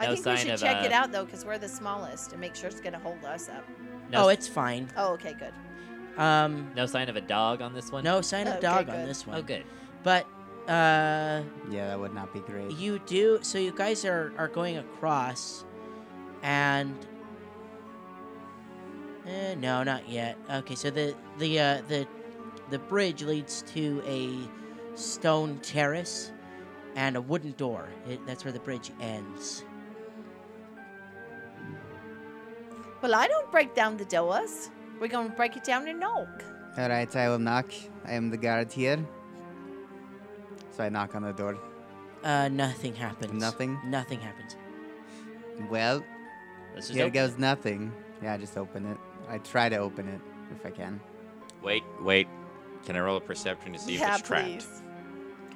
Speaker 3: I
Speaker 5: No
Speaker 3: think we
Speaker 5: sign
Speaker 3: should
Speaker 5: of,
Speaker 3: check it
Speaker 5: uh,
Speaker 3: out though, because we're the smallest, and make sure it's gonna hold us up.
Speaker 5: No,
Speaker 1: oh, it's fine.
Speaker 3: Oh, okay, good.
Speaker 1: Um,
Speaker 5: no sign of a dog on this one.
Speaker 1: no sign of
Speaker 3: Okay,
Speaker 1: dog on
Speaker 3: good.
Speaker 1: this one.
Speaker 5: Oh, good.
Speaker 1: But uh,
Speaker 4: Yeah, that would not be great.
Speaker 1: you do. So you guys are are going across, and eh, no, not yet. Okay, so the the uh, the the bridge leads to a stone terrace and a wooden door. It, that's where the bridge ends.
Speaker 3: Well, I don't break down the doors. We're gonna break it down and knock.
Speaker 4: All right, I will knock. I am the guard here. So I knock on the door.
Speaker 1: Uh, nothing happens.
Speaker 4: Nothing?
Speaker 1: Nothing happens.
Speaker 4: Well,
Speaker 5: Let's just
Speaker 4: here
Speaker 5: open
Speaker 4: goes nothing. Yeah, I just open it. I try to open it if I can.
Speaker 2: Wait, wait. Can I roll a perception to see
Speaker 3: yeah,
Speaker 2: if it's trapped?
Speaker 3: please.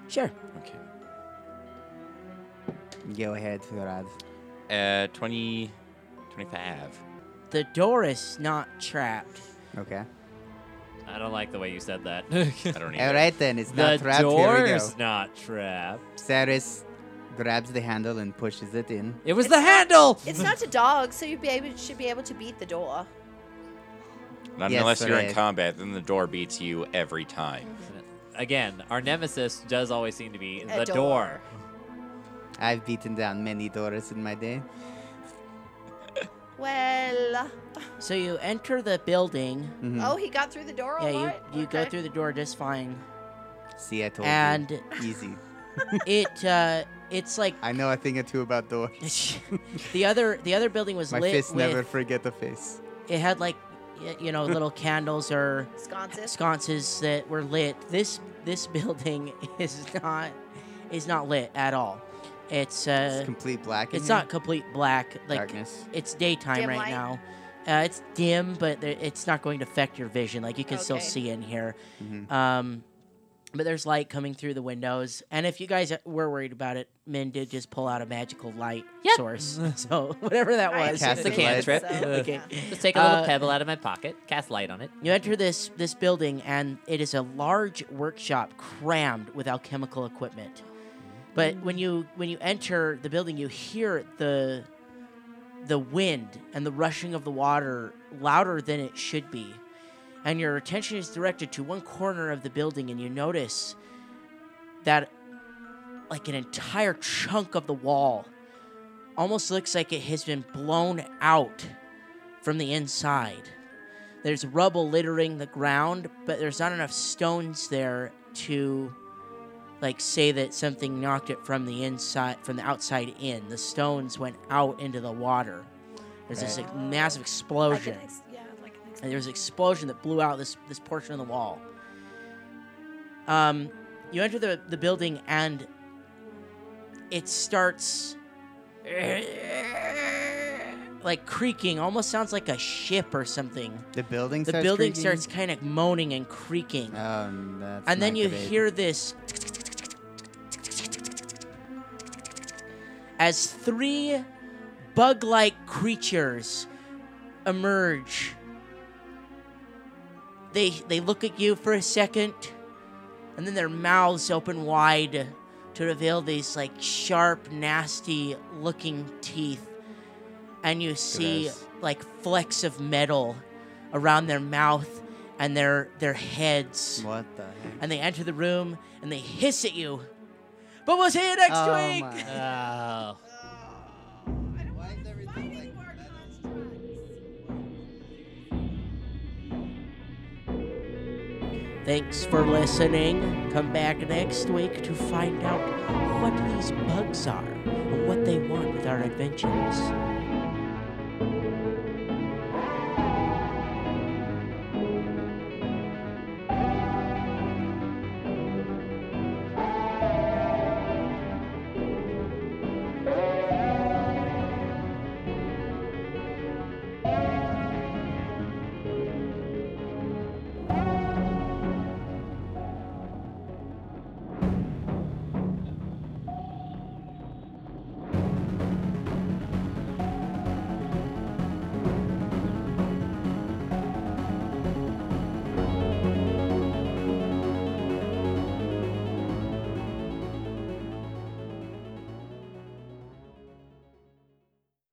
Speaker 1: Sure.
Speaker 2: Okay.
Speaker 4: Go ahead, Rad.
Speaker 2: Uh, 20, 25.
Speaker 1: The door is not trapped.
Speaker 4: Okay.
Speaker 5: it. I don't like the way you said that.
Speaker 2: I don't
Speaker 4: All
Speaker 2: either.
Speaker 4: right then, it's not
Speaker 5: the
Speaker 4: trapped. Here we go.
Speaker 5: door's not trapped.
Speaker 4: Cyrus grabs the handle and pushes it in.
Speaker 5: It was
Speaker 3: It's
Speaker 5: the
Speaker 3: not-
Speaker 5: handle.
Speaker 3: It's not a dog, so you be able, should be able to beat the door.
Speaker 2: Not
Speaker 4: Yes,
Speaker 2: unless you're in
Speaker 4: right.
Speaker 2: combat, then the door beats you every time.
Speaker 5: Again, our nemesis does always seem to be
Speaker 3: A
Speaker 5: the door.
Speaker 3: Uh, door.
Speaker 4: I've beaten down many doors in my day.
Speaker 3: Well,
Speaker 1: So you enter the building.
Speaker 4: Mhm.
Speaker 3: oh, he got through the door.
Speaker 1: yeah,
Speaker 3: all
Speaker 1: you,
Speaker 3: right.
Speaker 1: you go
Speaker 3: Okay.
Speaker 1: through the door just fine.
Speaker 4: See, I told
Speaker 1: And
Speaker 4: you. Easy.
Speaker 1: it uh, it's like
Speaker 4: I know a thing or two about doors.
Speaker 1: the other the other building was
Speaker 4: My
Speaker 1: lit
Speaker 4: fists
Speaker 1: with
Speaker 4: never forget the face.
Speaker 1: it had like y- you know little candles or
Speaker 3: Sconces.
Speaker 1: sconces that were lit. This this building is not is not lit at all. It's
Speaker 4: it's
Speaker 1: uh
Speaker 4: complete black. in
Speaker 1: it's
Speaker 4: here.
Speaker 1: not complete black like
Speaker 4: darkness.
Speaker 1: it's daytime
Speaker 3: Dim
Speaker 1: right
Speaker 3: light?
Speaker 1: now. Uh, it's dim, but there, it's not going to affect your vision. Like you can still
Speaker 3: Okay.
Speaker 1: see in here.
Speaker 4: Mhm.
Speaker 1: Um, but there's light coming through the windows, and if you guys were worried about it, Min did just pull out a magical light source. so whatever that
Speaker 3: I
Speaker 1: was,
Speaker 4: Cast the
Speaker 3: assume
Speaker 5: cantrip.
Speaker 3: so,
Speaker 1: Okay.
Speaker 3: yeah.
Speaker 5: Just take a little
Speaker 1: Uh,
Speaker 5: pebble out of my pocket, cast light on it.
Speaker 1: You enter this this building, and it is a large workshop crammed with alchemical equipment. But when you when you enter the building, you hear the the wind and the rushing of the water louder than it should be, and your attention is directed to one corner of the building, and you notice that like an entire chunk of the wall almost looks like it has been blown out from the inside. There's rubble littering the ground, but there's not enough stones there to like say that something knocked it from the inside from the outside in. The stones went out into the water. There's this
Speaker 4: Right.
Speaker 1: like, massive
Speaker 3: Like an
Speaker 1: explosion.
Speaker 3: ex- yeah, like an ex-
Speaker 1: And there was an explosion that blew out this this portion of the wall. Um, you enter the, the building and it starts like creaking, almost sounds like a ship or something.
Speaker 4: The building
Speaker 1: The
Speaker 4: starts
Speaker 1: building
Speaker 4: creaking?
Speaker 1: starts kind of moaning and creaking.
Speaker 4: Um, that's
Speaker 1: and then
Speaker 4: not
Speaker 1: you
Speaker 4: great.
Speaker 1: hear this as three bug like creatures emerge. They, they look at you for a second, and then their mouths open wide to reveal these like sharp, nasty looking teeth. And you see
Speaker 4: Gross.
Speaker 1: like flecks of metal around their mouth and their their heads
Speaker 4: What the heck?
Speaker 1: and they enter the room and they hiss at you. But we'll see you next
Speaker 4: Oh
Speaker 1: week.
Speaker 4: my-
Speaker 5: Oh.
Speaker 3: Oh, I don't want to fight anymore. That's drugs.
Speaker 1: Thanks for listening. Come back next week to find out what these bugs are and what they want with our adventures.